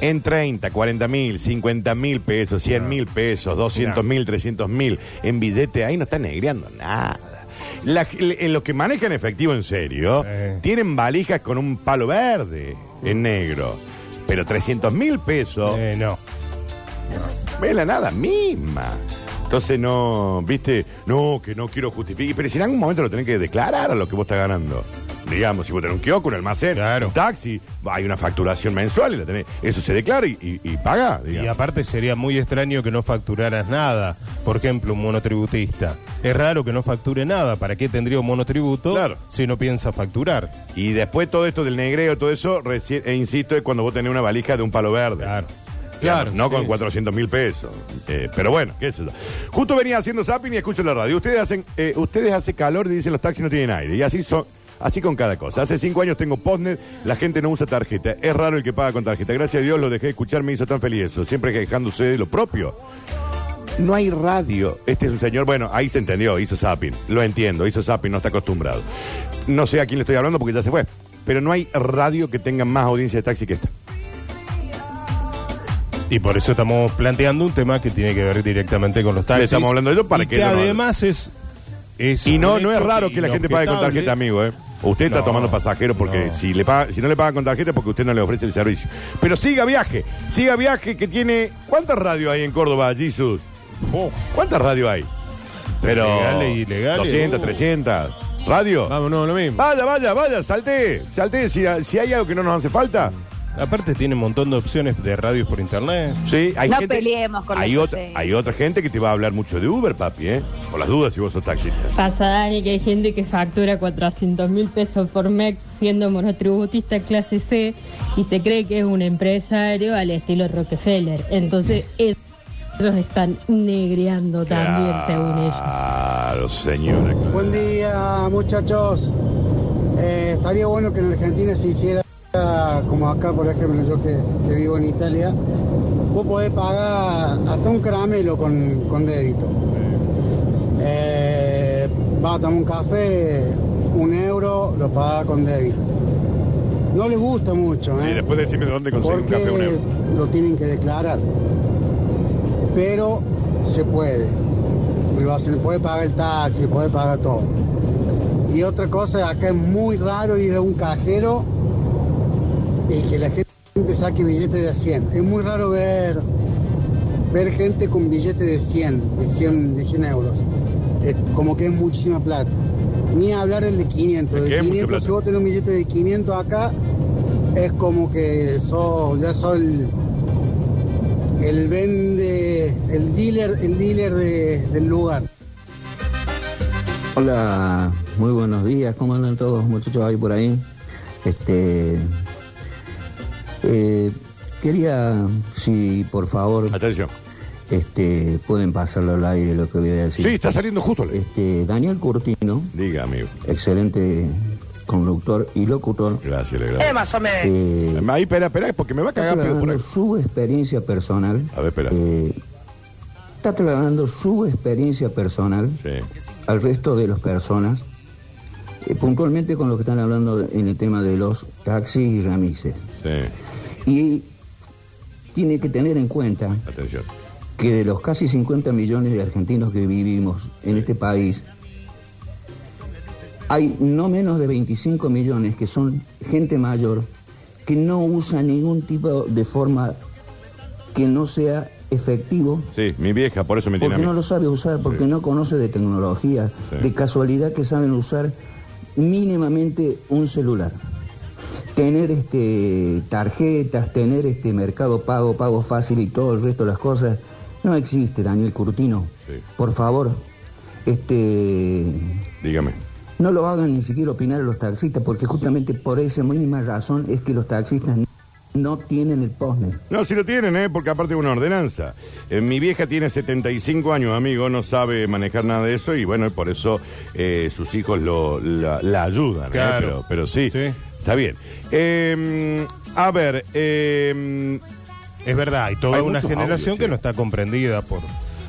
Speaker 1: en 30, 40 mil, 50 mil pesos, 100 mil pesos, 200 mil, 300 mil, en billete, ahí no está negreando nada. La g- le- eh, los que manejan efectivo en serio,
Speaker 4: Sí.
Speaker 1: tienen valijas con un palo verde en negro. Pero 300 mil pesos,
Speaker 4: Eh, no.
Speaker 1: es la nada misma. Entonces no, viste, no, que no quiero justificar. Pero si en algún momento lo tenés que declarar a lo que vos estás ganando. Digamos, si vos tenés un kiosco, un almacén,
Speaker 4: Claro.
Speaker 1: un taxi, hay una facturación mensual y la tenés. Eso se declara y, y- y paga,
Speaker 4: Y
Speaker 1: digamos.
Speaker 4: aparte sería muy extraño que no facturaras nada. Por ejemplo, un monotributista. Es raro que no facture nada. ¿Para qué tendría un monotributo
Speaker 1: Claro.
Speaker 4: si no piensa facturar?
Speaker 1: Y eh, después todo esto del negreo, todo eso, recién, e insisto, es cuando vos tenés una valija de un palo verde.
Speaker 4: Claro.
Speaker 1: Claro, Claro,
Speaker 2: Claro,
Speaker 1: no con
Speaker 2: sí.
Speaker 1: 400 mil pesos. Eh, pero bueno, qué sé yo. Justo venía haciendo zapping y escucho la radio. Ustedes hacen, eh, ustedes hace calor y dicen los taxis no tienen aire. Y así son, así con cada cosa. Hace cinco años tengo postnet, la gente no usa tarjeta. Es raro el que paga con tarjeta. Gracias a Dios lo dejé de escuchar, me hizo tan feliz eso. Siempre quejándose de lo propio. No hay radio. Este es un señor, bueno, ahí se entendió, hizo zapping. Lo entiendo, hizo zapping, no está acostumbrado. No sé a quién le estoy hablando porque ya se fue. Pero no hay radio que tenga más audiencia de taxi que esta.
Speaker 4: Y por eso estamos planteando un tema que tiene que ver directamente con los taxis.
Speaker 1: estamos hablando de ello para
Speaker 4: Y
Speaker 1: que
Speaker 4: que
Speaker 1: ellos no-
Speaker 4: además es, es
Speaker 1: Y no,
Speaker 4: un
Speaker 1: no es
Speaker 4: hecho
Speaker 1: raro que la gente pague con
Speaker 4: inobjetable.
Speaker 1: tarjeta, amigo, ¿eh? Usted está
Speaker 4: No,
Speaker 1: tomando pasajero porque
Speaker 4: no.
Speaker 1: si, le paga- si no le pagan con tarjeta es porque usted no le ofrece el servicio. Pero siga viaje, siga viaje que tiene... ¿Cuántas radios hay en Córdoba, Jesus?
Speaker 4: Oh,
Speaker 1: ¿Cuántas radios hay? Pero...
Speaker 4: Legales, ilegales,
Speaker 1: 200,
Speaker 4: uh.
Speaker 1: 300. ¿Radio?
Speaker 2: Vamos, no, lo mismo.
Speaker 1: Vaya, vaya, vaya, salte. Salte si, si hay algo que no nos hace falta.
Speaker 4: Aparte tiene un montón de opciones de radios por internet.
Speaker 1: Sí, hay
Speaker 5: No
Speaker 1: gente...
Speaker 5: peleemos con
Speaker 1: hay
Speaker 5: los
Speaker 1: otra,
Speaker 5: hoteles.
Speaker 1: hay otra gente que te va a hablar mucho de Uber, papi, ¿eh? Por las dudas si vos sos taxista.
Speaker 6: Pasa, Dani, que hay gente que factura 400 mil pesos por mes siendo monotributista clase C y se cree que es un empresario al estilo Rockefeller. Entonces, es- ellos están negreando también, según ellos.
Speaker 1: Claro, señora.
Speaker 7: Buen día, muchachos. Eh, estaría bueno que en Argentina se hiciera como acá, por ejemplo, yo que, que vivo en Italia. Vos podés pagar hasta un caramelo con, con débito. Eh, vas a tomar un café, un euro, lo pagás con débito. No les gusta mucho, ¿eh?
Speaker 1: Y después decime dónde conseguir un ¿eh?
Speaker 7: porque
Speaker 1: café un euro.
Speaker 7: lo tienen que declarar. Pero se puede. Lo hacen, puede pagar el taxi, puede pagar todo. Y otra cosa, acá es muy raro ir a un cajero y que la gente saque billetes de 100. Es muy raro ver ver gente con billetes de 100, de 100, de 100 euros. Eh, como que es muchísima plata. Ni hablar el de 500.
Speaker 1: Es que
Speaker 7: De
Speaker 1: es mucha
Speaker 7: 500,
Speaker 1: plata.
Speaker 7: si vos tenés un billete de 500 acá, es como que sos, ya sos el, el vende, el dealer, el dealer de- del lugar.
Speaker 8: Hola, muy buenos días, ¿cómo andan todos muchachos ahí por ahí? Este eh, quería si por favor
Speaker 1: Atención.
Speaker 8: este pueden pasarlo al aire lo que voy a
Speaker 1: Sí,
Speaker 8: decir.
Speaker 1: está saliendo justo. el-
Speaker 8: Este Daniel Curtino,
Speaker 1: Diga, amigo.
Speaker 8: excelente conductor y locutor.
Speaker 1: Gracias, le agradezco.
Speaker 8: eh,
Speaker 1: Ahí, espera, espera, porque me va a
Speaker 8: está
Speaker 1: cagar pedo por
Speaker 8: trasladando
Speaker 1: ahí.
Speaker 8: su experiencia personal.
Speaker 1: A ver, espera.
Speaker 8: eh, está trasladando su experiencia personal
Speaker 1: Sí.
Speaker 8: al resto de las personas, eh, puntualmente con los que están hablando de- en el tema de los taxis y ramices.
Speaker 1: Sí,
Speaker 8: Y tiene que tener en cuenta
Speaker 1: atención.
Speaker 8: que de los casi 50 millones de argentinos que vivimos en este país, hay no menos de 25 millones que son gente mayor que no usa ningún tipo de forma que no sea efectivo
Speaker 1: Sí, mi vieja, por eso me tiene a
Speaker 8: porque
Speaker 1: mí.
Speaker 8: no lo sabe usar, porque
Speaker 1: Sí.
Speaker 8: no conoce de tecnología,
Speaker 1: Sí.
Speaker 8: de casualidad que saben usar mínimamente un celular. Tener este tarjetas, tener este mercado pago, pago fácil y todo el resto de las cosas, no existe, Daniel Curtino.
Speaker 1: Sí.
Speaker 8: Por favor, este
Speaker 1: Dígame.
Speaker 8: no lo hagan ni siquiera opinar a los taxistas, porque justamente por esa misma razón es que los taxistas no tienen el postnet.
Speaker 1: No, si lo tienen, ¿eh? Porque aparte es una ordenanza. Eh, mi vieja tiene 75 años, amigo, no sabe manejar nada de eso y bueno, por eso eh, sus hijos lo, la, la ayudan, ¿eh?
Speaker 4: Claro.
Speaker 1: Pero, pero sí,
Speaker 4: Sí.
Speaker 1: está bien. Eh, a ver, eh,
Speaker 4: Es verdad, hay toda
Speaker 1: Hay
Speaker 4: una
Speaker 1: muchos
Speaker 4: generación
Speaker 1: audios, sí.
Speaker 4: que no está comprendida por,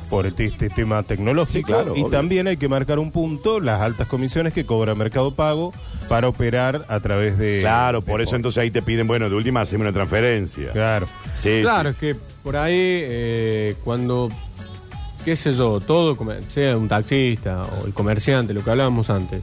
Speaker 4: por este, este tema tecnológico.
Speaker 1: Sí, claro,
Speaker 4: y
Speaker 1: obvio.
Speaker 4: también hay que marcar un punto, las altas comisiones que cobra Mercado Pago para operar a través de...
Speaker 1: claro,
Speaker 4: de
Speaker 1: por eso
Speaker 4: Ford.
Speaker 1: entonces ahí te piden, bueno, de última haceme una transferencia.
Speaker 4: Claro.
Speaker 1: Sí,
Speaker 2: Claro,
Speaker 1: sí,
Speaker 2: es que por ahí, eh, cuando, qué sé yo, todo, come- sea un taxista o el comerciante, lo que hablábamos antes,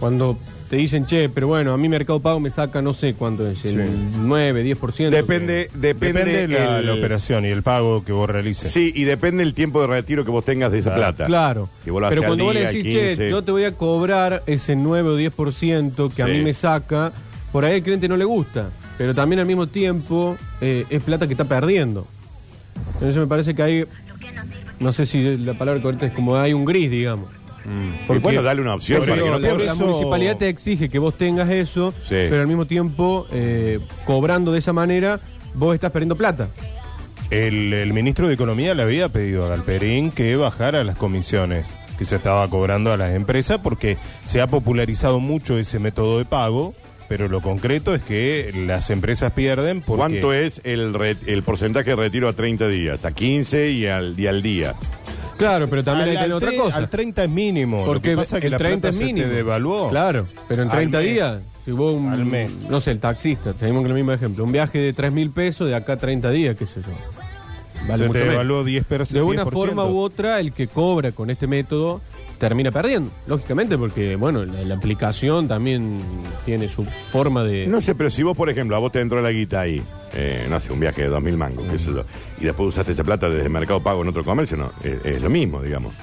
Speaker 2: cuando te dicen, che, pero bueno, a mí Mercado Pago me saca no sé cuánto es, el 9, 10%.
Speaker 1: Depende, depende,
Speaker 4: Depende la,
Speaker 1: el-
Speaker 4: la operación y el pago que vos realices.
Speaker 1: Sí, y depende el tiempo de retiro que vos tengas de esa plata.
Speaker 2: Claro.
Speaker 1: Si vos lo
Speaker 2: pero
Speaker 1: haces al
Speaker 2: cuando vos le
Speaker 1: día,
Speaker 2: decís,
Speaker 1: 15.
Speaker 2: che, yo te voy a cobrar ese 9 o 10% que a
Speaker 1: Sí.
Speaker 2: mí me saca, por ahí al cliente no le gusta. Pero también al mismo tiempo eh, es plata que está perdiendo. Entonces me parece que hay, no sé si la palabra correcta es como hay un gris, digamos.
Speaker 1: Y bueno, dale una opción
Speaker 2: Pero
Speaker 1: para que Mm. no
Speaker 2: la,
Speaker 1: pierdas.
Speaker 2: la
Speaker 4: Eso-
Speaker 2: municipalidad te exige que vos tengas eso,
Speaker 1: Sí.
Speaker 2: pero al mismo tiempo, eh, cobrando de esa manera, vos estás perdiendo plata.
Speaker 4: El, el ministro de Economía le había pedido a Galperín que bajara las comisiones que se estaba cobrando a las empresas porque se ha popularizado mucho ese método de pago, pero lo concreto es que las empresas pierden porque...
Speaker 1: ¿Cuánto es el, re- el porcentaje de retiro a 30 días? A 15 y al, y al día.
Speaker 2: Claro, pero también hay que
Speaker 4: Al,
Speaker 2: tener
Speaker 4: al
Speaker 2: otra
Speaker 4: tre-
Speaker 2: cosa.
Speaker 4: al 30 es mínimo.
Speaker 2: Porque
Speaker 4: lo que pasa es que
Speaker 2: el
Speaker 4: la
Speaker 2: 30
Speaker 4: plata
Speaker 2: es mínimo.
Speaker 4: se te devaluó.
Speaker 2: Claro, pero en
Speaker 4: Al
Speaker 2: 30
Speaker 4: mes.
Speaker 2: días, si vos un,
Speaker 4: Al mes.
Speaker 2: no sé, el taxista, seguimos con el mismo ejemplo, un viaje de 3 mil pesos de acá a 30 días, qué sé yo. Vale
Speaker 4: se
Speaker 2: mucho
Speaker 4: te
Speaker 2: menos.
Speaker 4: devaluó 10 per-
Speaker 2: De una
Speaker 4: 10%.
Speaker 2: forma u otra, el que cobra con este método termina perdiendo, lógicamente, porque, bueno, la, la aplicación también tiene su forma de...
Speaker 1: No sé, pero si vos, por ejemplo, a vos te entró la guita ahí, eh, no sé, un viaje de 2.000 mangos, qué sé yo, y después usaste esa plata desde Mercado Pago en otro comercio, no, eh, es, es lo mismo, digamos.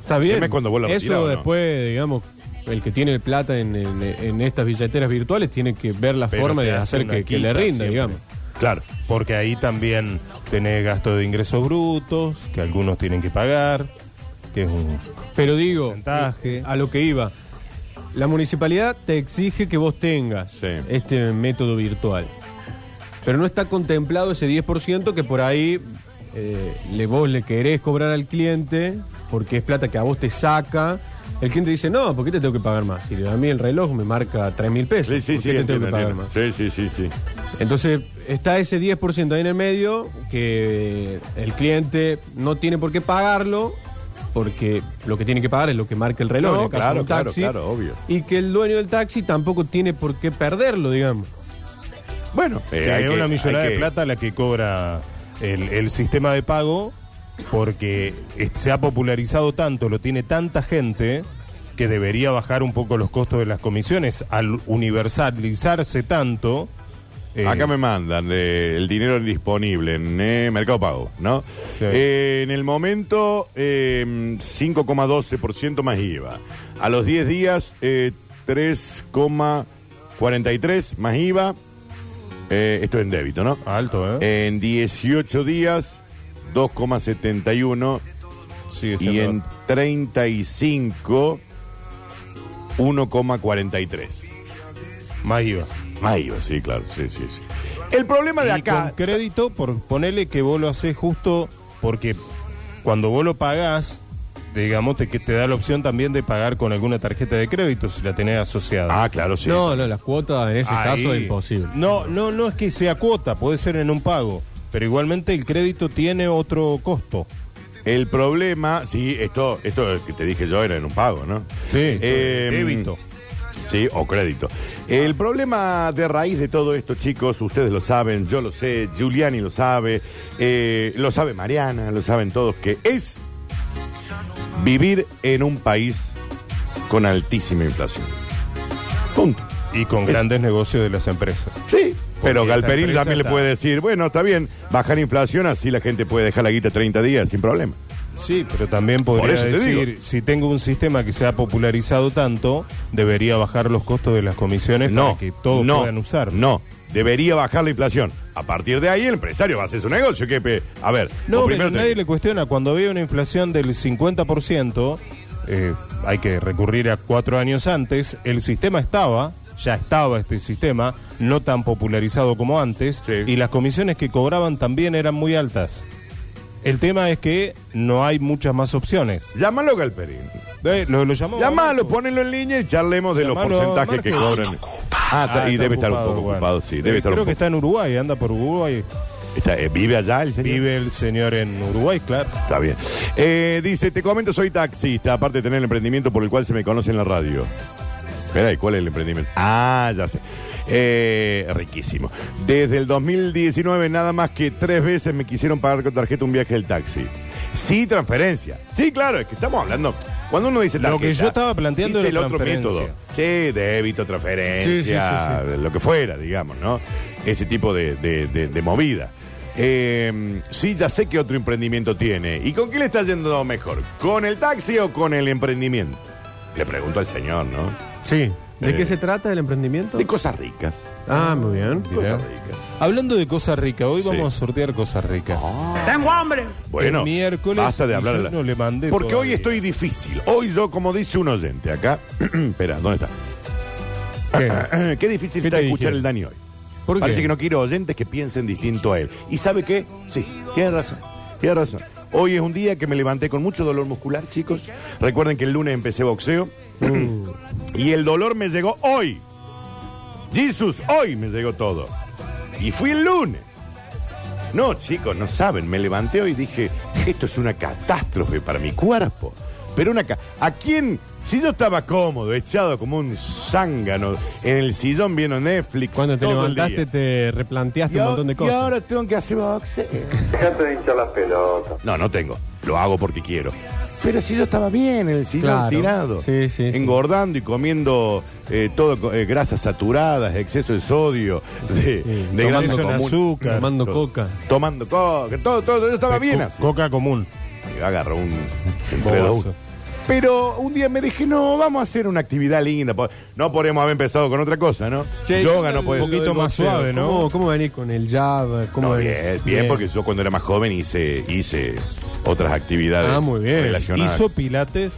Speaker 2: Está bien.
Speaker 1: tema es cuando vos la retirás, ¿o
Speaker 2: Eso
Speaker 1: no?
Speaker 2: después, digamos, el que tiene plata en, en- en estas billeteras virtuales tiene que ver la
Speaker 4: Pero
Speaker 2: forma
Speaker 4: te
Speaker 2: de
Speaker 4: hace
Speaker 2: hacer
Speaker 4: una
Speaker 2: que, que
Speaker 4: quita
Speaker 2: le rinda,
Speaker 4: siempre.
Speaker 2: digamos.
Speaker 1: Claro.
Speaker 4: Porque ahí también tenés gasto de ingresos brutos, que algunos tienen que pagar, que es un...
Speaker 2: Pero digo, eh,
Speaker 4: Porcentaje.
Speaker 2: a lo que iba, la municipalidad te exige que vos tengas
Speaker 1: Sí.
Speaker 2: este método virtual. Pero no está contemplado ese 10% que por ahí eh, le, vos le querés cobrar al cliente porque es plata que a vos te saca. El cliente dice, no, ¿por qué te tengo que pagar más? Y a mí el reloj me marca 3 mil pesos.
Speaker 1: Sí, sí,
Speaker 2: ¿por
Speaker 1: sí,
Speaker 2: qué te
Speaker 1: entiendo,
Speaker 2: tengo que pagar
Speaker 1: entiendo.
Speaker 2: más?
Speaker 1: sí, sí, sí, sí.
Speaker 2: Entonces está ese 10% ahí en el medio que el cliente no tiene por qué pagarlo porque lo que tiene que pagar es lo que marca el reloj.
Speaker 1: No,
Speaker 2: en el caso
Speaker 1: claro,
Speaker 2: de un
Speaker 1: claro,
Speaker 2: taxi,
Speaker 1: claro, obvio.
Speaker 2: Y que el dueño del taxi tampoco tiene por qué perderlo, digamos.
Speaker 1: Bueno, eh,
Speaker 4: Sí,
Speaker 1: hay
Speaker 4: es
Speaker 1: que-
Speaker 4: una millonada
Speaker 1: hay
Speaker 4: de
Speaker 1: que-
Speaker 4: plata la que cobra el, el sistema de pago porque es- se ha popularizado tanto, lo tiene tanta gente que debería bajar un poco los costos de las comisiones al universalizarse tanto. eh,
Speaker 1: Acá me mandan eh, el dinero disponible en eh, Mercado Pago, ¿no?
Speaker 4: Sí.
Speaker 1: Eh, en el momento, eh, 5,12% más IVA. A los 10 días, eh, 3,43% más IVA. Eh, esto en débito, ¿no?
Speaker 4: Alto, ¿eh?
Speaker 1: En 18 días, 2,71%.
Speaker 4: Sigue
Speaker 1: Eh, Y
Speaker 4: siendo-
Speaker 1: en 35, 1,43%.
Speaker 4: Más IVA.
Speaker 1: Más IVA, sí, claro. Sí, sí, sí. El problema de
Speaker 4: Y
Speaker 1: acá...
Speaker 4: con crédito, por ponerle que vos lo haces justo porque cuando vos lo pagás, digamos te, que te da la opción también de pagar con alguna tarjeta de crédito si la tenés asociada.
Speaker 1: Ah, claro, sí.
Speaker 2: No, no, las cuotas en ese
Speaker 1: Ahí.
Speaker 2: caso es imposible.
Speaker 4: No, no, no es que sea cuota, puede ser en un pago, pero igualmente el crédito tiene otro costo.
Speaker 1: El problema, sí, esto, esto que te dije yo era en un pago, ¿no?
Speaker 2: Sí.
Speaker 1: Eh,
Speaker 4: débito.
Speaker 1: Sí, o crédito. El problema de raíz de todo esto, chicos, ustedes lo saben, yo lo sé, Giuliani lo sabe, eh, lo sabe Mariana, lo saben todos, que es vivir en un país con altísima inflación. Punto.
Speaker 4: Y con grandes negocios de las empresas.
Speaker 1: Sí, pero
Speaker 4: Porque esa
Speaker 1: Galperín
Speaker 4: empresa
Speaker 1: también le
Speaker 4: está-
Speaker 1: puede decir, bueno, está bien, bajar inflación, así la gente puede dejar la guita 30 días sin problema.
Speaker 4: Sí, pero también podría
Speaker 1: eso te
Speaker 4: decir,
Speaker 1: digo.
Speaker 4: si tengo un sistema que se ha popularizado tanto, debería bajar los costos de las comisiones
Speaker 1: No,
Speaker 4: para que todos
Speaker 1: no,
Speaker 4: puedan usar.
Speaker 1: No, debería bajar la inflación. A partir de ahí el empresario va a hacer su negocio. Que, pe- a ver,
Speaker 4: No,
Speaker 1: vos
Speaker 4: pero
Speaker 1: primero
Speaker 4: nadie
Speaker 1: tenés-
Speaker 4: le cuestiona. Cuando había una inflación del 50%, eh, hay que recurrir a cuatro años antes, el sistema estaba, ya estaba este sistema, no tan popularizado como antes,
Speaker 1: Sí.
Speaker 4: y las comisiones que cobraban también eran muy altas. El tema es que no hay muchas más opciones.
Speaker 1: Llámalo, Galperín.
Speaker 4: Eh, lo, lo llamó.
Speaker 1: Llámalo, ponelo en línea y charlemos de
Speaker 4: Llamalo,
Speaker 1: los porcentajes que
Speaker 4: Marco.
Speaker 1: cobran. Ah, está-
Speaker 4: Ah,
Speaker 1: y
Speaker 4: está
Speaker 1: debe estar un
Speaker 4: ocupado,
Speaker 1: poco
Speaker 4: bueno.
Speaker 1: ocupado, sí.
Speaker 4: Eh,
Speaker 1: Debe estar
Speaker 4: creo
Speaker 1: un poco.
Speaker 4: que está en Uruguay, anda por Uruguay.
Speaker 1: está- eh, ¿Vive allá el señor?
Speaker 4: Vive el señor en Uruguay, claro.
Speaker 1: Está bien. Eh, dice, te comento, soy taxista, aparte de tener el emprendimiento por el cual se me conoce en la radio. Espera, ¿y cuál es el emprendimiento? Ah, ya sé. Eh, riquísimo. Desde el 2019 nada más que tres veces me quisieron pagar con tarjeta un viaje del taxi. Sí, transferencia. Sí, claro, es que estamos hablando. Cuando uno dice
Speaker 4: Lo
Speaker 1: tarjeta,
Speaker 4: que yo estaba planteando
Speaker 1: dice
Speaker 4: era
Speaker 1: el otro
Speaker 4: transferencia.
Speaker 1: método. Sí, débito, transferencia, lo que fuera, digamos, ¿no? Ese tipo de, de- de- de movida. Eh, sí, ya sé qué otro emprendimiento tiene. ¿Y con qué le está yendo mejor? ¿Con el taxi o con el emprendimiento? Le pregunto al señor, ¿no?
Speaker 2: Sí. ¿De
Speaker 1: Eh.
Speaker 2: qué se trata el emprendimiento?
Speaker 1: De cosas ricas.
Speaker 2: Ah, muy bien.
Speaker 1: Cosas ricas.
Speaker 4: Hablando de cosas ricas, hoy
Speaker 1: Sí.
Speaker 4: vamos a sortear cosas ricas.
Speaker 1: Bueno,
Speaker 4: El miércoles
Speaker 1: basta de
Speaker 4: y
Speaker 1: hablar.
Speaker 4: yo
Speaker 1: a la-
Speaker 4: no le mandé
Speaker 1: Porque hoy
Speaker 4: todavía.
Speaker 1: estoy difícil. Hoy yo, como dice un oyente acá. Espera, ¿dónde está?
Speaker 2: ¿Qué?
Speaker 1: Qué difícil
Speaker 2: ¿Qué
Speaker 1: está
Speaker 2: te
Speaker 1: escuchar
Speaker 2: dijeron?
Speaker 1: el Dani hoy.
Speaker 2: ¿Por qué?
Speaker 1: Parece que no quiero oyentes que piensen distinto a él. ¿Y sabe qué? Sí, tiene razón. Tiene razón. Hoy es un día que me levanté con mucho dolor muscular, chicos. Recuerden que el lunes empecé boxeo.
Speaker 2: Mm.
Speaker 1: y el dolor me llegó hoy. Jesus, hoy me llegó todo. Y fui el lunes. No, chicos, no saben. Me levanté hoy y dije, esto es una catástrofe para mi cuerpo. Pero una ca ¿A quién? Si yo estaba cómodo, echado como un zángano en el sillón viendo Netflix.
Speaker 2: Cuando te
Speaker 1: todo el
Speaker 2: levantaste
Speaker 1: día.
Speaker 2: te replanteaste
Speaker 1: Y
Speaker 2: un
Speaker 1: ahora-
Speaker 2: montón de cosas.
Speaker 1: Y ahora tengo que hacer boxeo.
Speaker 9: Dejate de hinchar las pelotas.
Speaker 1: No, no tengo. Lo hago porque quiero. Pero si yo estaba bien en el sillón
Speaker 2: Claro.
Speaker 1: tirado.
Speaker 2: Sí, sí, sí.
Speaker 1: Engordando y comiendo eh, todo co- eh, grasas saturadas, exceso de sodio, de,
Speaker 2: Sí,
Speaker 1: de
Speaker 2: tomando
Speaker 1: grasa
Speaker 2: co-
Speaker 1: común.
Speaker 4: azúcar.
Speaker 2: Tomando
Speaker 1: Todo.
Speaker 2: coca.
Speaker 1: Tomando coca. Todo, todo. Yo estaba bien
Speaker 4: Eh, Co-
Speaker 1: así.
Speaker 4: Coca común.
Speaker 1: Y agarro un... entre dos.
Speaker 4: Bobazo.
Speaker 1: Pero un día me dije, no, vamos a hacer una actividad linda. po- No podríamos haber empezado con otra cosa, ¿no? Yoga no
Speaker 2: lo-
Speaker 1: puede
Speaker 2: lo
Speaker 4: Un poquito
Speaker 2: del
Speaker 4: más
Speaker 2: boxeo,
Speaker 4: suave, ¿no?
Speaker 2: ¿Cómo, cómo venís con el jab? ¿Cómo
Speaker 1: No,
Speaker 2: venís?
Speaker 1: bien, bien, porque yo cuando era más joven hice, hice otras actividades
Speaker 2: Ah, muy bien.
Speaker 1: relacionadas.
Speaker 4: Hizo pilates.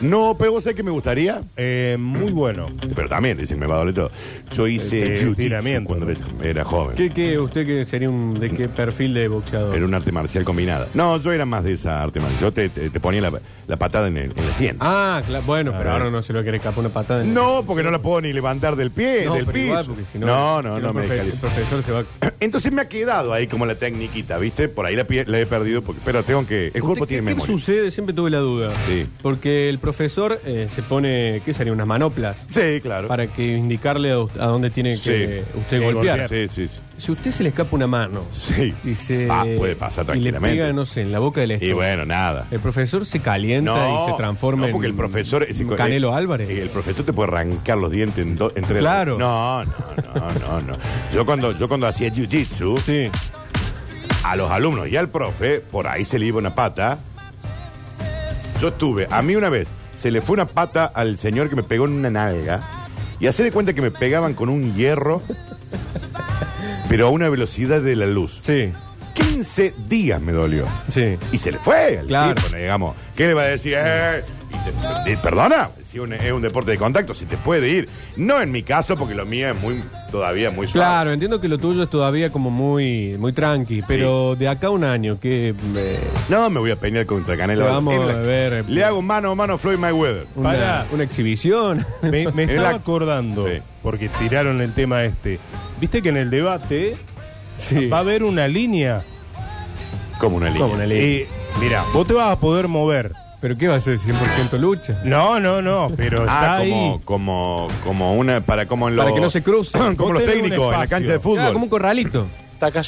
Speaker 1: No, pero vos sabés que me gustaría.
Speaker 4: eh, muy bueno.
Speaker 1: Pero también, dicen, me va a doler todo. Yo hice
Speaker 4: Este,
Speaker 1: jiu-jitsu
Speaker 4: estiramiento,
Speaker 1: cuando
Speaker 4: ¿no?
Speaker 1: era, era joven.
Speaker 2: ¿Qué, qué, ¿Usted que sería un, de qué perfil de boxeador?
Speaker 1: Era un arte marcial combinada. No, yo era más de esa arte marcial. Yo te, te- te ponía la, la patada en, el, en la sien.
Speaker 2: Ah, claro, bueno, pero
Speaker 1: Ah.
Speaker 2: ahora no se lo quiere escapar una patada. en-
Speaker 1: No, porque no la puedo ni levantar del pie,
Speaker 2: No,
Speaker 1: del
Speaker 2: pero
Speaker 1: piso.
Speaker 2: igual, porque si no,
Speaker 1: no, no,
Speaker 2: si
Speaker 1: no
Speaker 2: el
Speaker 1: me
Speaker 2: profe-
Speaker 1: dejaría.
Speaker 2: El profesor se va.
Speaker 1: Entonces me ha quedado ahí como la tecniquita, ¿viste? Por ahí la, pie- la he perdido, porque, pero tengo que... El cuerpo
Speaker 2: ¿Usted
Speaker 1: tiene
Speaker 2: ¿Qué
Speaker 1: memoria.
Speaker 2: sucede? Siempre tuve la duda.
Speaker 1: Sí.
Speaker 2: Porque el profesor eh, se pone, ¿qué sería? Unas manoplas.
Speaker 1: Sí, claro.
Speaker 2: Para que indicarle a, us- a dónde tiene
Speaker 1: Sí.
Speaker 2: que usted
Speaker 1: Sí,
Speaker 2: golpear.
Speaker 1: Sí, sí, sí.
Speaker 2: Si a usted se le escapa una mano
Speaker 1: Sí.
Speaker 2: y se.
Speaker 1: Ah, puede pasar
Speaker 2: Y
Speaker 1: tranquilamente.
Speaker 2: le pega, no sé, en la boca del
Speaker 1: Y
Speaker 2: estómago.
Speaker 1: bueno, nada.
Speaker 2: El profesor se calienta y se transforma
Speaker 1: no, porque
Speaker 2: en
Speaker 1: el profesor ese
Speaker 2: en
Speaker 1: co-
Speaker 2: Canelo
Speaker 1: eh,
Speaker 2: Álvarez.
Speaker 1: eh, El profesor te puede arrancar los dientes en, do- en tres-
Speaker 2: Claro.
Speaker 1: No, no, no, no, no. Yo cuando, yo cuando hacía jiu-jitsu,
Speaker 2: Sí.
Speaker 1: a los alumnos y al profe, por ahí se le iba una pata. Yo tuve, a mí una vez, se le fue una pata al señor que me pegó en una nalga y hace de cuenta que me pegaban con un hierro, pero a una velocidad de la luz.
Speaker 2: Sí.
Speaker 1: 15 días me dolió.
Speaker 2: Sí.
Speaker 1: Y se le fue al
Speaker 2: Claro.
Speaker 1: tipo, ¿no? digamos. ¿Qué le va a decir? Eh, y te- eh, perdona, si un- es un deporte de contacto, si te puede ir. No en mi caso, porque lo mío es muy todavía muy suave.
Speaker 2: Claro, entiendo que lo tuyo es todavía como muy, muy tranqui, pero de acá a un año que eh,
Speaker 1: No me voy a peinar contra Canelo.
Speaker 2: Te vamos
Speaker 1: En
Speaker 2: a ver, eh,
Speaker 1: Le hago mano a mano a Floyd Mayweather.
Speaker 2: una,
Speaker 4: Pará.
Speaker 2: una exhibición.
Speaker 4: Me, me
Speaker 1: El
Speaker 4: estaba
Speaker 1: ac-
Speaker 4: acordando,
Speaker 1: Sí.
Speaker 4: porque tiraron el tema este. Viste que en el debate
Speaker 2: Sí.
Speaker 4: va a haber una línea.
Speaker 1: Como una línea.
Speaker 2: Como una línea.
Speaker 4: Y, mira, vos te vas a poder mover.
Speaker 2: Pero ¿qué va a ser 100% lucha?
Speaker 4: No, no, no, pero está
Speaker 1: Ah, como,
Speaker 4: ahí.
Speaker 1: como, como una, para como en los-
Speaker 2: Para que no se crucen.
Speaker 1: como
Speaker 4: Vos
Speaker 1: los
Speaker 4: tenés un
Speaker 1: técnicos en la
Speaker 4: espacio.
Speaker 1: cancha de fútbol.
Speaker 2: Claro, como un corralito.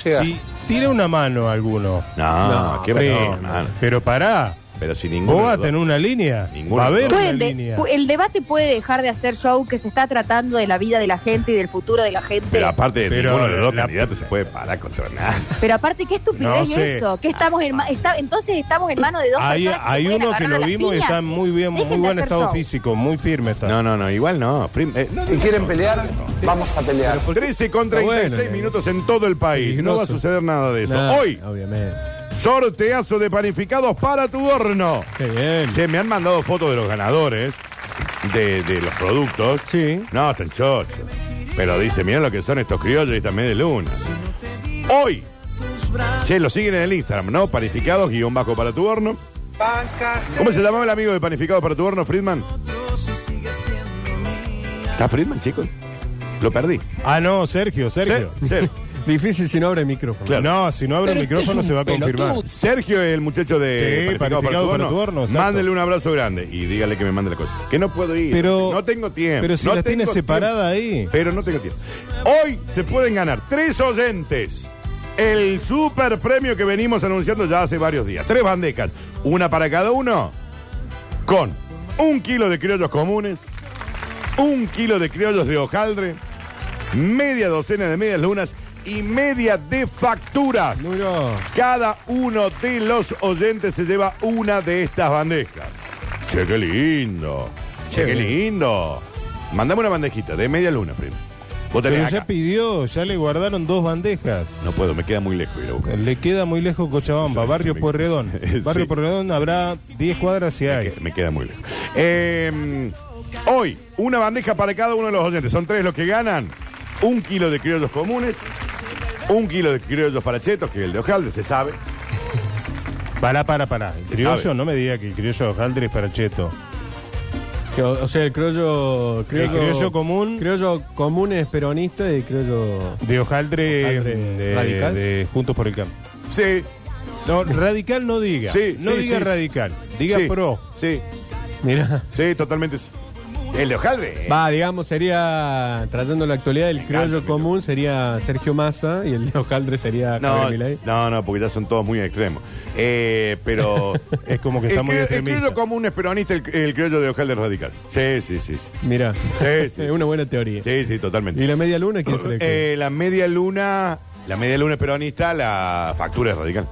Speaker 4: Si tira una mano alguno,
Speaker 1: No,
Speaker 2: No,
Speaker 1: qué
Speaker 2: pero-
Speaker 1: pena,
Speaker 2: no,
Speaker 1: mano.
Speaker 4: pero pará,
Speaker 1: Pero sin
Speaker 4: vos vas
Speaker 1: ninguna.
Speaker 4: a tener una línea.
Speaker 1: Ninguno
Speaker 4: Va a haber una
Speaker 5: Puede de-
Speaker 4: línea.
Speaker 5: pu- el debate puede dejar de hacer show que se está tratando de la vida de la gente y del futuro de la gente.
Speaker 1: Pero aparte, de
Speaker 4: Pero
Speaker 1: ninguno de los dos
Speaker 4: la-
Speaker 1: candidatos se puede parar contra nada.
Speaker 5: Pero aparte, qué estupidez
Speaker 4: No sé.
Speaker 5: eso. Que estamos en ma- está- entonces estamos en manos de dos
Speaker 4: Hay,
Speaker 5: personas se
Speaker 4: hay
Speaker 5: pueden
Speaker 4: uno que
Speaker 5: agarrar a
Speaker 4: lo
Speaker 5: las
Speaker 4: vimos y
Speaker 5: piñas.
Speaker 4: está muy bien,
Speaker 5: Dejen
Speaker 4: muy
Speaker 5: de
Speaker 4: buen
Speaker 5: hacer
Speaker 4: estado
Speaker 5: show.
Speaker 4: físico, muy firme está.
Speaker 1: No, no, no, igual no. Prim- eh, no,
Speaker 9: Si
Speaker 1: no,
Speaker 9: quieren
Speaker 1: no.
Speaker 9: pelear, vamos a pelear.
Speaker 1: 13 con
Speaker 2: Está bueno,
Speaker 1: 36
Speaker 2: eh.
Speaker 1: minutos en todo el país. No va a
Speaker 2: Peligroso.
Speaker 1: suceder nada de eso.
Speaker 2: Nah,
Speaker 1: Hoy,
Speaker 2: Obviamente.
Speaker 1: sorteazo de panificados para tu horno.
Speaker 2: Qué bien.
Speaker 1: Se me han mandado fotos de los ganadores de, de los productos.
Speaker 2: Sí.
Speaker 1: No, están chochos. Pero dice, miren lo que son estos criollos y esta media luna. Hoy. Che, lo siguen en el Instagram, ¿no? Panificados, guión bajo para tu horno. ¿Cómo se llamaba el amigo de Panificados para tu horno, Friedman? ¿Está Friedman, chicos? Lo perdí.
Speaker 4: Ah, no, Sergio, Sergio.
Speaker 1: Se- Sergio.
Speaker 2: Difícil si no abre el micrófono.
Speaker 1: Claro.
Speaker 4: No, si no abre el micrófono se va a confirmar.
Speaker 1: Sergio es el muchacho de
Speaker 4: Sí, Panificado para tu horno, exacto.
Speaker 1: Mándele un abrazo grande y dígale que me mande la cosa. Que no puedo ir.
Speaker 4: Pero-
Speaker 1: no tengo tiempo.
Speaker 4: pero si
Speaker 1: no
Speaker 4: la tiene
Speaker 1: tengo
Speaker 4: separada ahí.
Speaker 1: Pero no tengo tiempo. Hoy se pueden ganar tres oyentes. El super premio que venimos anunciando ya hace varios días. Tres bandejas. Una para cada uno. Con un kilo de criollos comunes. Un kilo de criollos de hojaldre. Media docena de medias lunas. Y media de facturas.
Speaker 2: Muy bien.
Speaker 1: Cada uno de los oyentes se lleva una de estas bandejas. Che, qué lindo. Che, qué lindo. Mandame una bandejita de media luna, primo. Vos tenés
Speaker 4: Pero
Speaker 1: acá.
Speaker 4: ya pidió, ya le guardaron dos bandejas.
Speaker 1: No puedo, me queda muy lejos ir a buscar.
Speaker 4: Le queda muy lejos Cochabamba,
Speaker 1: Sí,
Speaker 4: barrio
Speaker 1: sí, me-
Speaker 4: Porredón.
Speaker 1: Sí.
Speaker 4: Barrio Porredón habrá 10 cuadras si hay.
Speaker 1: Que- Me queda muy lejos. Em, Eh, hoy, una bandeja para cada uno de los oyentes. Son tres los que ganan. un kilo de criollos comunes, un kilo de criollos para chetos, que el de Ojalde se sabe.
Speaker 4: Pará, pará, pará. El
Speaker 1: Se
Speaker 4: criollo,
Speaker 1: sabe.
Speaker 4: no me diga que el criollo de hojaldre es para cheto.
Speaker 2: Que, o, o sea, el criollo, criollo.
Speaker 4: criollo común.
Speaker 2: Criollo común es peronista y el criollo.
Speaker 4: De hojaldre,
Speaker 2: Hojaldre
Speaker 4: de,
Speaker 2: radical.
Speaker 4: de Juntos por el Cambio.
Speaker 1: Sí,
Speaker 4: No, radical no diga.
Speaker 1: Sí,
Speaker 4: no
Speaker 1: sí,
Speaker 4: diga
Speaker 1: sí.
Speaker 4: radical. Diga
Speaker 1: sí,
Speaker 4: pro.
Speaker 1: Sí,
Speaker 2: Mira.
Speaker 1: sí, totalmente. sí. El de Ojalde. eh.
Speaker 2: Va, digamos, sería. Tratando la actualidad, el
Speaker 1: encanta,
Speaker 2: criollo
Speaker 1: me
Speaker 2: común sería Sergio Massa y el de Ojaldre sería
Speaker 1: No,
Speaker 2: Javier Milei.
Speaker 1: no, no, porque ya son todos muy extremos. Eh, pero.
Speaker 4: Es como que está
Speaker 1: el
Speaker 4: muy
Speaker 1: cri-
Speaker 4: extremista.
Speaker 1: El criollo común es peronista, el, el criollo de Ojalde es radical. Sí, sí, sí. sí.
Speaker 2: Mira.
Speaker 1: Sí, sí.
Speaker 2: es una buena teoría.
Speaker 1: Sí, sí, totalmente.
Speaker 2: ¿Y la media luna quién se le cree?
Speaker 1: Eh, la media luna. La media luna es peronista, la factura es radical.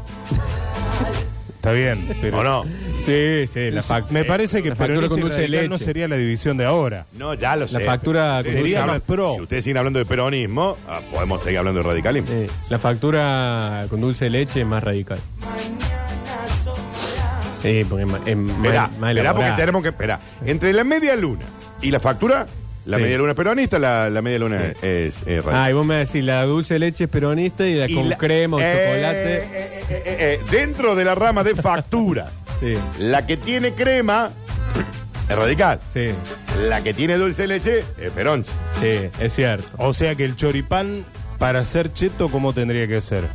Speaker 4: Está bien. Pero
Speaker 1: ¿O no?
Speaker 2: Sí, sí, la factura.
Speaker 4: me parece que
Speaker 2: la
Speaker 4: pero
Speaker 2: factura con dulce de leche.
Speaker 4: no sería la división de ahora.
Speaker 1: No, ya lo sé.
Speaker 2: La factura
Speaker 1: Pero ustedes
Speaker 2: con
Speaker 4: dulce de
Speaker 1: siguen
Speaker 4: leche.
Speaker 1: hablando- Si ustedes siguen hablando de peronismo, ah, podemos seguir hablando de radicalismo.
Speaker 2: Eh, la factura con dulce de leche es más radical. Sí, porque es ma- es más,
Speaker 1: Esperá,
Speaker 2: más
Speaker 1: esperá, porque
Speaker 2: elaborada.
Speaker 1: tenemos que esperar. Entre la media luna y la factura, la
Speaker 2: Sí.
Speaker 1: media luna es peronista, la, la media luna es, es radical.
Speaker 2: Ah, y vos me decís, la dulce de leche es peronista y la
Speaker 1: Y
Speaker 2: con
Speaker 1: la-
Speaker 2: crema o
Speaker 1: Eh,
Speaker 2: chocolate.
Speaker 1: eh, eh, eh, eh, dentro de la rama de factura,
Speaker 2: Sí,
Speaker 1: la que tiene crema es radical.
Speaker 2: sí,
Speaker 1: La que tiene dulce de leche es peroncha.
Speaker 2: sí, es cierto.
Speaker 4: O sea que el choripán, para ser cheto, ¿cómo tendría que ser?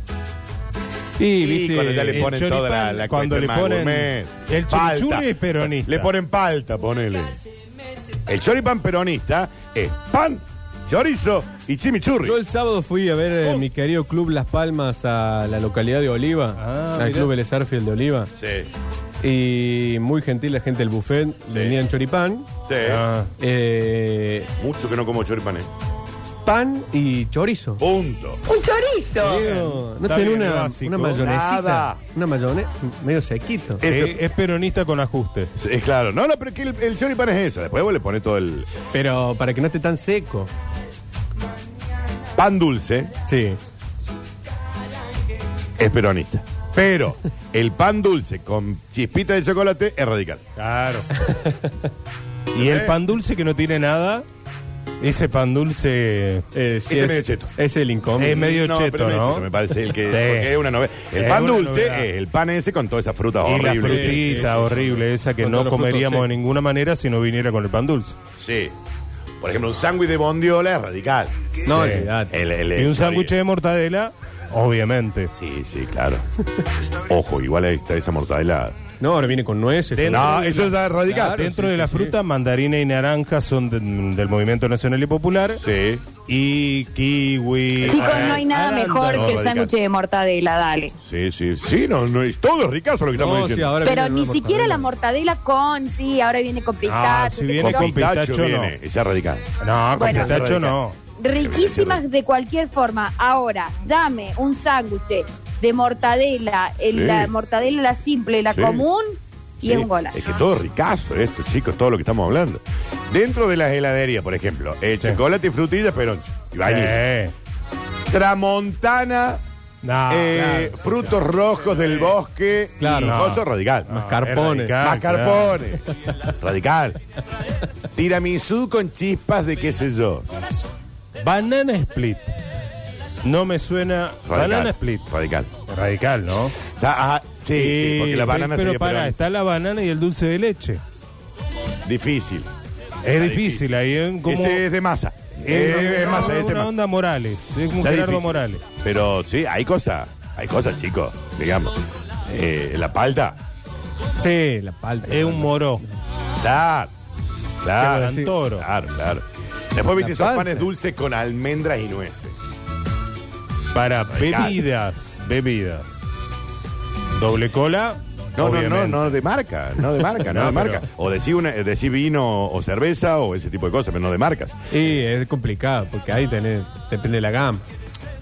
Speaker 2: Y,
Speaker 1: Y
Speaker 2: viste,
Speaker 1: cuando ya le
Speaker 4: el
Speaker 1: ponen toda la,
Speaker 4: choripán,
Speaker 1: la
Speaker 4: cuando
Speaker 1: cuestión
Speaker 4: le
Speaker 1: más
Speaker 4: ponen
Speaker 1: gourmet.
Speaker 4: el
Speaker 1: Palta.
Speaker 4: chimichurri es peronista.
Speaker 1: Le ponen palta, ponele. El choripán peronista es pan, chorizo y chimichurri.
Speaker 2: yo el sábado fui a ver eh,
Speaker 1: Oh.
Speaker 2: mi querido club Las Palmas a la localidad de Oliva,
Speaker 4: Ah,
Speaker 2: al
Speaker 4: mirá.
Speaker 2: club El Sarfield de Oliva.
Speaker 1: Sí,
Speaker 2: Y muy gentil la gente del buffet, vendían choripán,
Speaker 1: sí.
Speaker 4: Ah,
Speaker 2: eh,
Speaker 1: Mucho que no como choripán, eh.
Speaker 2: pan y chorizo.
Speaker 1: Punto.
Speaker 2: Digo, no
Speaker 4: Está
Speaker 2: tiene
Speaker 4: bien,
Speaker 2: una,
Speaker 4: básico.
Speaker 2: una mayonesita.
Speaker 1: Nada.
Speaker 2: Una mayonesa medio sequito.
Speaker 4: eh, es peronista con ajuste.
Speaker 1: Sí, claro. No, no, pero es que el, el choripán es eso. Después vos le pones todo el
Speaker 2: Pero para que no esté tan seco.
Speaker 1: pan dulce.
Speaker 2: Sí.
Speaker 1: es peronista. Pero el pan dulce con chispita de chocolate es radical.
Speaker 4: Claro. y el pan dulce que no tiene nada, ese pan dulce.
Speaker 2: Eh,
Speaker 1: Ese
Speaker 2: es,
Speaker 1: medio cheto.
Speaker 2: es el incómodo.
Speaker 4: Eh, medio cheto,
Speaker 1: pero medio
Speaker 4: ¿no?
Speaker 1: me parece el que
Speaker 4: Sí.
Speaker 1: porque es una novela. El
Speaker 4: Es
Speaker 1: pan
Speaker 4: una
Speaker 1: dulce
Speaker 4: novedad.
Speaker 1: es el pan ese con toda esa fruta
Speaker 4: Y la
Speaker 1: horrible. que
Speaker 4: frutita
Speaker 1: tiene.
Speaker 4: horrible, esa que
Speaker 2: Con todos
Speaker 4: no
Speaker 2: los frutos,
Speaker 4: comeríamos
Speaker 2: sí.
Speaker 4: de ninguna manera si no viniera con el pan dulce.
Speaker 1: Sí. Por ejemplo, un sándwich de bondiola es radical.
Speaker 2: No,
Speaker 4: Sí.
Speaker 2: olvidate.
Speaker 1: El- el-
Speaker 4: Y un
Speaker 1: el-
Speaker 4: sándwich de mortadela, obviamente.
Speaker 1: Sí, sí, claro. Ojo, igual ahí está esa mortadela.
Speaker 2: No, ahora viene con nueces.
Speaker 4: Dentro
Speaker 1: No,
Speaker 4: de
Speaker 1: eso
Speaker 4: la-
Speaker 1: es radical.
Speaker 4: Claro, Dentro
Speaker 2: sí,
Speaker 4: de
Speaker 2: sí,
Speaker 4: la
Speaker 2: sí.
Speaker 4: fruta, mandarina y naranja son de- del Movimiento Nacional y Popular.
Speaker 1: Sí.
Speaker 4: Y kiwi.
Speaker 5: Chicos, no hay nada
Speaker 4: arándano.
Speaker 5: mejor que el
Speaker 1: radical.
Speaker 5: sándwich de mortadela, dale.
Speaker 1: Sí, sí, sí, no, no es todo es ricazo lo que estamos
Speaker 2: No, sí,
Speaker 1: diciendo.
Speaker 2: ahora
Speaker 5: Pero
Speaker 2: viene
Speaker 5: ni
Speaker 2: una
Speaker 5: siquiera la
Speaker 2: mortadela.
Speaker 5: mortadela con, sí, ahora viene con
Speaker 4: Ah,
Speaker 5: pistacho.
Speaker 4: si viene
Speaker 1: con
Speaker 4: con
Speaker 1: pistacho,
Speaker 4: pistacho, no.
Speaker 1: viene, esa es radical.
Speaker 4: No, con
Speaker 5: Bueno.
Speaker 4: pistacho no.
Speaker 5: Riquísimas de cualquier forma. Ahora, dame un sándwich de mortadela, el-
Speaker 1: Sí.
Speaker 5: la mortadela la simple, la
Speaker 1: Sí.
Speaker 5: común, y
Speaker 1: Sí,
Speaker 5: es un golazo.
Speaker 1: Es que todo es ricazo esto, chicos, todo lo que estamos hablando. Dentro de las heladerías, por ejemplo, el chocolate y frutilla, pero y vainilla.
Speaker 4: Eh,
Speaker 1: Tramontana, eh,
Speaker 4: no, Ah, claro. Ah.
Speaker 1: frutos rojos del bosque,
Speaker 2: Claro.
Speaker 1: y
Speaker 2: No.
Speaker 1: cosas radical.
Speaker 2: Más
Speaker 4: es
Speaker 2: carpones.
Speaker 4: radical.
Speaker 1: Mascarpone, radical. Tiramisú con chispas de qué sé yo.
Speaker 4: Banana split. No me suena.
Speaker 1: Radical.
Speaker 4: Banana split.
Speaker 1: Radical.
Speaker 4: Radical, ¿no?
Speaker 1: Está- ah, sí, sí,
Speaker 4: Eh,
Speaker 1: porque la banana
Speaker 4: Pero
Speaker 1: sería
Speaker 4: pará,
Speaker 1: peronista.
Speaker 4: está la banana y el dulce de leche.
Speaker 1: difícil.
Speaker 4: Es
Speaker 1: Está
Speaker 4: difícil, ahí es como.
Speaker 1: Ese es de masa.
Speaker 4: es
Speaker 1: Eh, es
Speaker 4: una-
Speaker 1: masa, ese es
Speaker 4: una
Speaker 1: masa.
Speaker 4: onda Morales. Es como
Speaker 1: Está
Speaker 4: Gerardo
Speaker 1: difícil.
Speaker 4: Morales.
Speaker 1: Pero sí, hay cosas, hay cosas, chicos, digamos. Eh, la palta,
Speaker 2: Sí, la palta.
Speaker 4: Es un moró.
Speaker 1: claro, claro,
Speaker 4: Qué santoro.
Speaker 1: claro, claro. Después viste
Speaker 2: La
Speaker 1: esos
Speaker 2: palta.
Speaker 1: panes dulces con almendras y nueces.
Speaker 4: Para
Speaker 1: Radical.
Speaker 4: bebidas. Bebidas. Doble cola.
Speaker 1: No, no, no,
Speaker 4: obviamente.
Speaker 1: no de marca, no de marca, no,
Speaker 4: No,
Speaker 1: de marca.
Speaker 4: pero-
Speaker 1: O decí, una, eh, decí vino o cerveza o ese tipo de cosas, pero no de marcas.
Speaker 2: Y es complicado, porque ahí tenés, depende de la gama.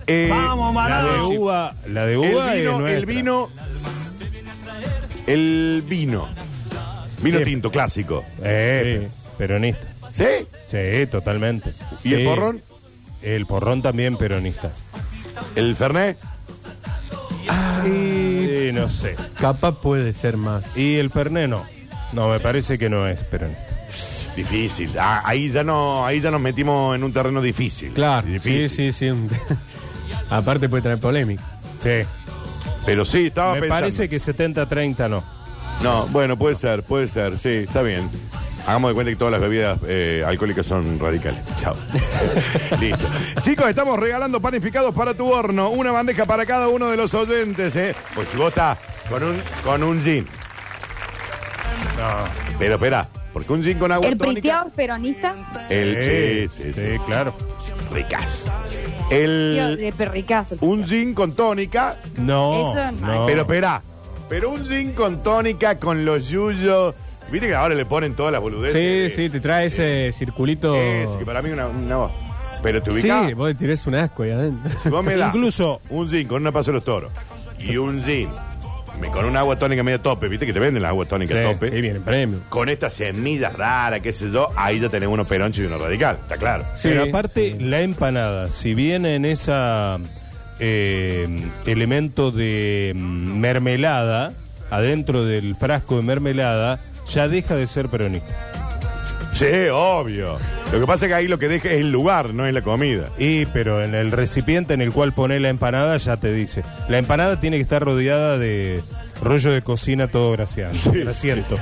Speaker 1: Eh,
Speaker 4: La de uva. La de
Speaker 1: el
Speaker 4: uva
Speaker 1: vino,
Speaker 4: es
Speaker 1: el
Speaker 4: nuestra.
Speaker 1: vino, el vino, vino
Speaker 2: Sí.
Speaker 1: tinto clásico.
Speaker 4: Eh,
Speaker 2: Sí.
Speaker 4: peronista.
Speaker 1: ¿Sí?
Speaker 4: Sí, totalmente.
Speaker 1: ¿Y
Speaker 2: Sí.
Speaker 1: el porrón?
Speaker 4: El porrón también peronista.
Speaker 1: ¿El fernet?
Speaker 4: Sí, no sé.
Speaker 2: Capaz puede ser más.
Speaker 4: Y el Ferné no. No, me parece que no es peronista.
Speaker 1: Difícil. Ah, ahí ya no, ahí ya nos metimos en un terreno difícil.
Speaker 2: Claro,
Speaker 1: Difícil.
Speaker 2: sí, sí, sí. un- Aparte puede traer polémica.
Speaker 4: Sí.
Speaker 1: Pero sí, estaba
Speaker 4: Me
Speaker 1: pensando.
Speaker 4: parece que 70-30 no.
Speaker 1: No, bueno, puede ser, puede ser, sí, está bien. Hagamos de cuenta que todas las bebidas eh, alcohólicas son radicales. Chao. Listo. Chicos, estamos regalando panificados para tu horno. Una bandeja para cada uno de los oyentes, ¿eh? Pues si vos estás con un, con un gin. Pero espera, porque un gin con agua
Speaker 5: El
Speaker 1: tónica...
Speaker 5: pristeado es peronista,
Speaker 1: El sí, sí, sí,
Speaker 4: sí, claro.
Speaker 1: ricas.
Speaker 5: Dios,
Speaker 1: El,
Speaker 5: de perricazo.
Speaker 1: un gin con tónica
Speaker 4: No,
Speaker 5: Eso no.
Speaker 2: Oh.
Speaker 4: no.
Speaker 1: Pero espera, pero un gin con tónica, con los yuyos. Viste que ahora le ponen todas las boludeces.
Speaker 2: Sí,
Speaker 1: de-
Speaker 2: sí, te trae
Speaker 4: Eh,
Speaker 2: ese circulito.
Speaker 1: Eso, que para mí una, una voz. Pero te ubicás.
Speaker 2: Sí, vos le tirás un asco ahí adentro.
Speaker 1: si vos me das
Speaker 4: Incluso-
Speaker 1: un gin con una paso de los toros y un gin me- con una agua tónica media tope, viste que te venden la agua tónica
Speaker 4: Sí,
Speaker 1: tope.
Speaker 2: Sí, viene el premio.
Speaker 1: Con estas semillas raras, qué sé yo, ahí ya tenemos unos peronchos y unos radical, está claro.
Speaker 2: Sí,
Speaker 4: Pero aparte,
Speaker 2: sí.
Speaker 4: la empanada, si viene en esa eh, elemento de mm, mermelada, adentro del frasco de mermelada, ya deja de ser peronista.
Speaker 1: Sí, obvio. Lo que pasa es que ahí lo que deja es el lugar, no es la comida.
Speaker 4: Y pero en el recipiente en el cual pone la empanada ya te dice. La empanada tiene que estar rodeada de rollo de cocina todo graciano. grasiento.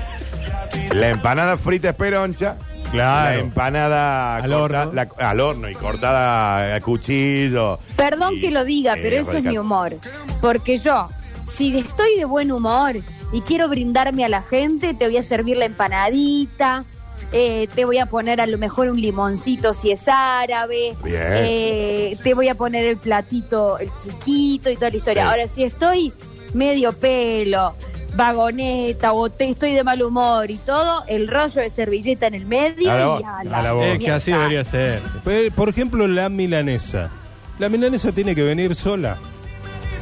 Speaker 1: La empanada frita es peroncha. La
Speaker 4: Claro.
Speaker 1: empanada
Speaker 2: Al
Speaker 1: corta-
Speaker 2: horno.
Speaker 1: la- al horno y cortada a cuchillo.
Speaker 5: Perdón
Speaker 1: Y,
Speaker 5: que lo diga,
Speaker 1: eh,
Speaker 5: pero eso es
Speaker 1: radical.
Speaker 5: mi humor. Porque yo, si estoy de buen humor y quiero brindarme a la gente, te voy a servir la empanadita, eh, te voy a poner a lo mejor un limoncito si es árabe,
Speaker 1: Bien.
Speaker 5: eh, te voy a poner el platito, el chiquito y toda la historia.
Speaker 1: Sí.
Speaker 5: Ahora, si estoy medio pelo, vagoneta o te- estoy de mal humor y todo, el rollo de servilleta en el medio
Speaker 1: A la
Speaker 5: y
Speaker 1: boca,
Speaker 5: a
Speaker 1: a
Speaker 5: la,
Speaker 1: la boca.
Speaker 2: Es que así debería ser.
Speaker 4: Pe- Por ejemplo, la milanesa. La milanesa tiene que venir sola.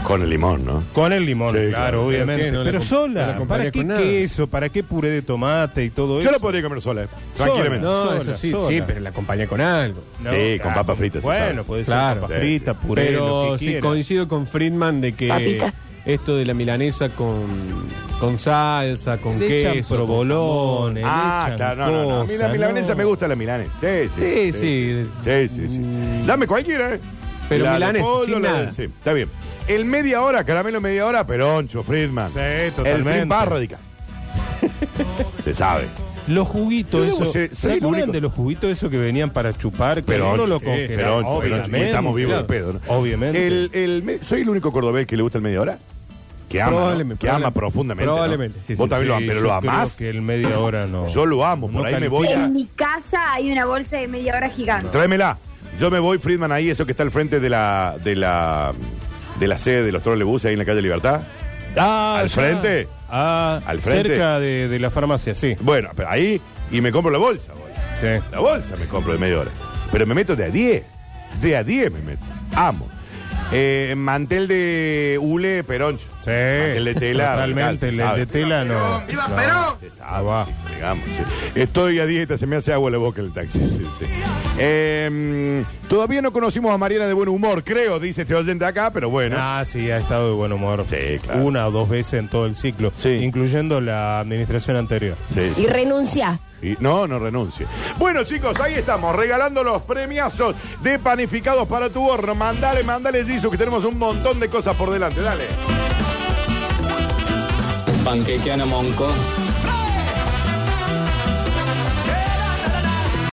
Speaker 1: Con el limón, ¿no?
Speaker 4: Con el limón,
Speaker 1: Sí,
Speaker 4: claro,
Speaker 1: claro.
Speaker 4: obviamente.
Speaker 2: ¿Pero qué? No la
Speaker 4: Pero,
Speaker 2: com- no la
Speaker 4: sola.
Speaker 2: comparía
Speaker 4: ¿Para qué
Speaker 2: con nada.
Speaker 4: queso? ¿Para qué puré de tomate y todo
Speaker 1: Yo
Speaker 4: eso?
Speaker 1: lo podría comer sola, eh, tranquilamente.
Speaker 2: No,
Speaker 4: Sola,
Speaker 2: eso sí,
Speaker 4: sola.
Speaker 2: sí, pero la acompañé con algo.
Speaker 1: Sí, con papa frita, se sabe.
Speaker 4: Bueno, puede ser
Speaker 2: Claro.
Speaker 4: papa
Speaker 1: Sí,
Speaker 4: frita,
Speaker 1: sí.
Speaker 4: puré,
Speaker 2: pero
Speaker 4: lo que
Speaker 2: sí,
Speaker 4: quiera.
Speaker 2: coincido con Friedman de que
Speaker 5: Papita.
Speaker 2: esto de la milanesa con, con salsa, con
Speaker 4: Le echan
Speaker 2: queso. con jamón.
Speaker 4: provolone,
Speaker 1: Ah,
Speaker 4: le echan
Speaker 1: claro, no, no, no. A mí la
Speaker 4: cosas,
Speaker 1: milanesa
Speaker 4: no.
Speaker 1: me gusta la milanesa. Sí, sí.
Speaker 2: Sí, sí.
Speaker 1: Sí, sí, sí.
Speaker 2: Mm.
Speaker 1: Dame cualquiera, ¿eh?
Speaker 2: Pero
Speaker 1: de
Speaker 2: milanesa,
Speaker 1: pollo,
Speaker 2: sin
Speaker 1: la de-
Speaker 2: nada.
Speaker 1: sí, está bien. El media hora, caramelo media hora, peroncho, Friedman.
Speaker 4: Sí,
Speaker 1: El
Speaker 4: totalmente.
Speaker 1: Friedman radical. se sabe.
Speaker 4: Los
Speaker 1: Yo
Speaker 4: juguitos,
Speaker 1: debo
Speaker 4: eso.
Speaker 1: ser- soy
Speaker 4: ¿Se
Speaker 1: el
Speaker 4: acuerdan
Speaker 1: único.
Speaker 4: de los juguitos esos que venían para chupar? Que
Speaker 1: Pero
Speaker 4: uno lo
Speaker 1: sí,
Speaker 4: congelaba,
Speaker 1: pero ocho, pero ocho,
Speaker 4: obviamente.
Speaker 1: estamos vivos de
Speaker 4: Claro.
Speaker 1: pedo. ¿no?
Speaker 4: Obviamente.
Speaker 1: El- el me- soy el único cordobés que le gusta el media hora. Que ama, ¿no?
Speaker 2: Probablemente,
Speaker 1: que ama
Speaker 2: probablemente.
Speaker 1: profundamente. ¿no?
Speaker 2: Probablemente, sí,
Speaker 1: Vos
Speaker 2: sí,
Speaker 1: también lo
Speaker 4: Sí,
Speaker 1: amas, pero
Speaker 4: yo
Speaker 1: lo
Speaker 4: creo
Speaker 1: amás.
Speaker 4: que el media hora no.
Speaker 1: Yo lo amo, por
Speaker 4: No
Speaker 1: ahí me voy
Speaker 4: califica.
Speaker 1: a...
Speaker 5: En mi casa hay una bolsa de media hora gigante.
Speaker 1: Tráemela. Yo me voy, Friedman, ahí, eso que está al frente de la, de la, de la sede de los trolleybus, ahí en la calle Libertad.
Speaker 4: Ah,
Speaker 1: ¿Al
Speaker 4: ya.
Speaker 1: frente?
Speaker 4: Ah,
Speaker 1: ¿Al frente?
Speaker 4: Cerca de, de la farmacia, sí.
Speaker 1: Bueno, pero ahí, y me compro la bolsa, voy.
Speaker 4: sí.
Speaker 1: La bolsa me compro de media hora. Pero me meto de a 10. De a 10 me meto. Amo. Eh, mantel de hule peroncho.
Speaker 4: Sí.
Speaker 1: Mantel de tela.
Speaker 4: Totalmente, el,
Speaker 1: radical,
Speaker 4: de
Speaker 1: se
Speaker 4: tela no. no.
Speaker 1: sabe, se sabe, sí, digamos, sí. Estoy a dieta, se me hace agua la boca en el taxi. sí, sí. Eh, todavía no conocimos a Mariana de buen humor, creo, dice este oyente acá, pero bueno.
Speaker 4: Ah, sí, ha estado de buen humor.
Speaker 1: Sí, claro.
Speaker 4: Una o dos veces en todo el ciclo,
Speaker 1: Sí.
Speaker 4: incluyendo la administración anterior.
Speaker 1: Sí, sí.
Speaker 10: Y renuncia.
Speaker 1: Y- no, no renuncie. Bueno, chicos, ahí estamos, regalando los premiazos de panificados para tu horno. Mandale, mandale, Gisu, que tenemos un montón de cosas por delante. Dale.
Speaker 11: Panquequiana Monco.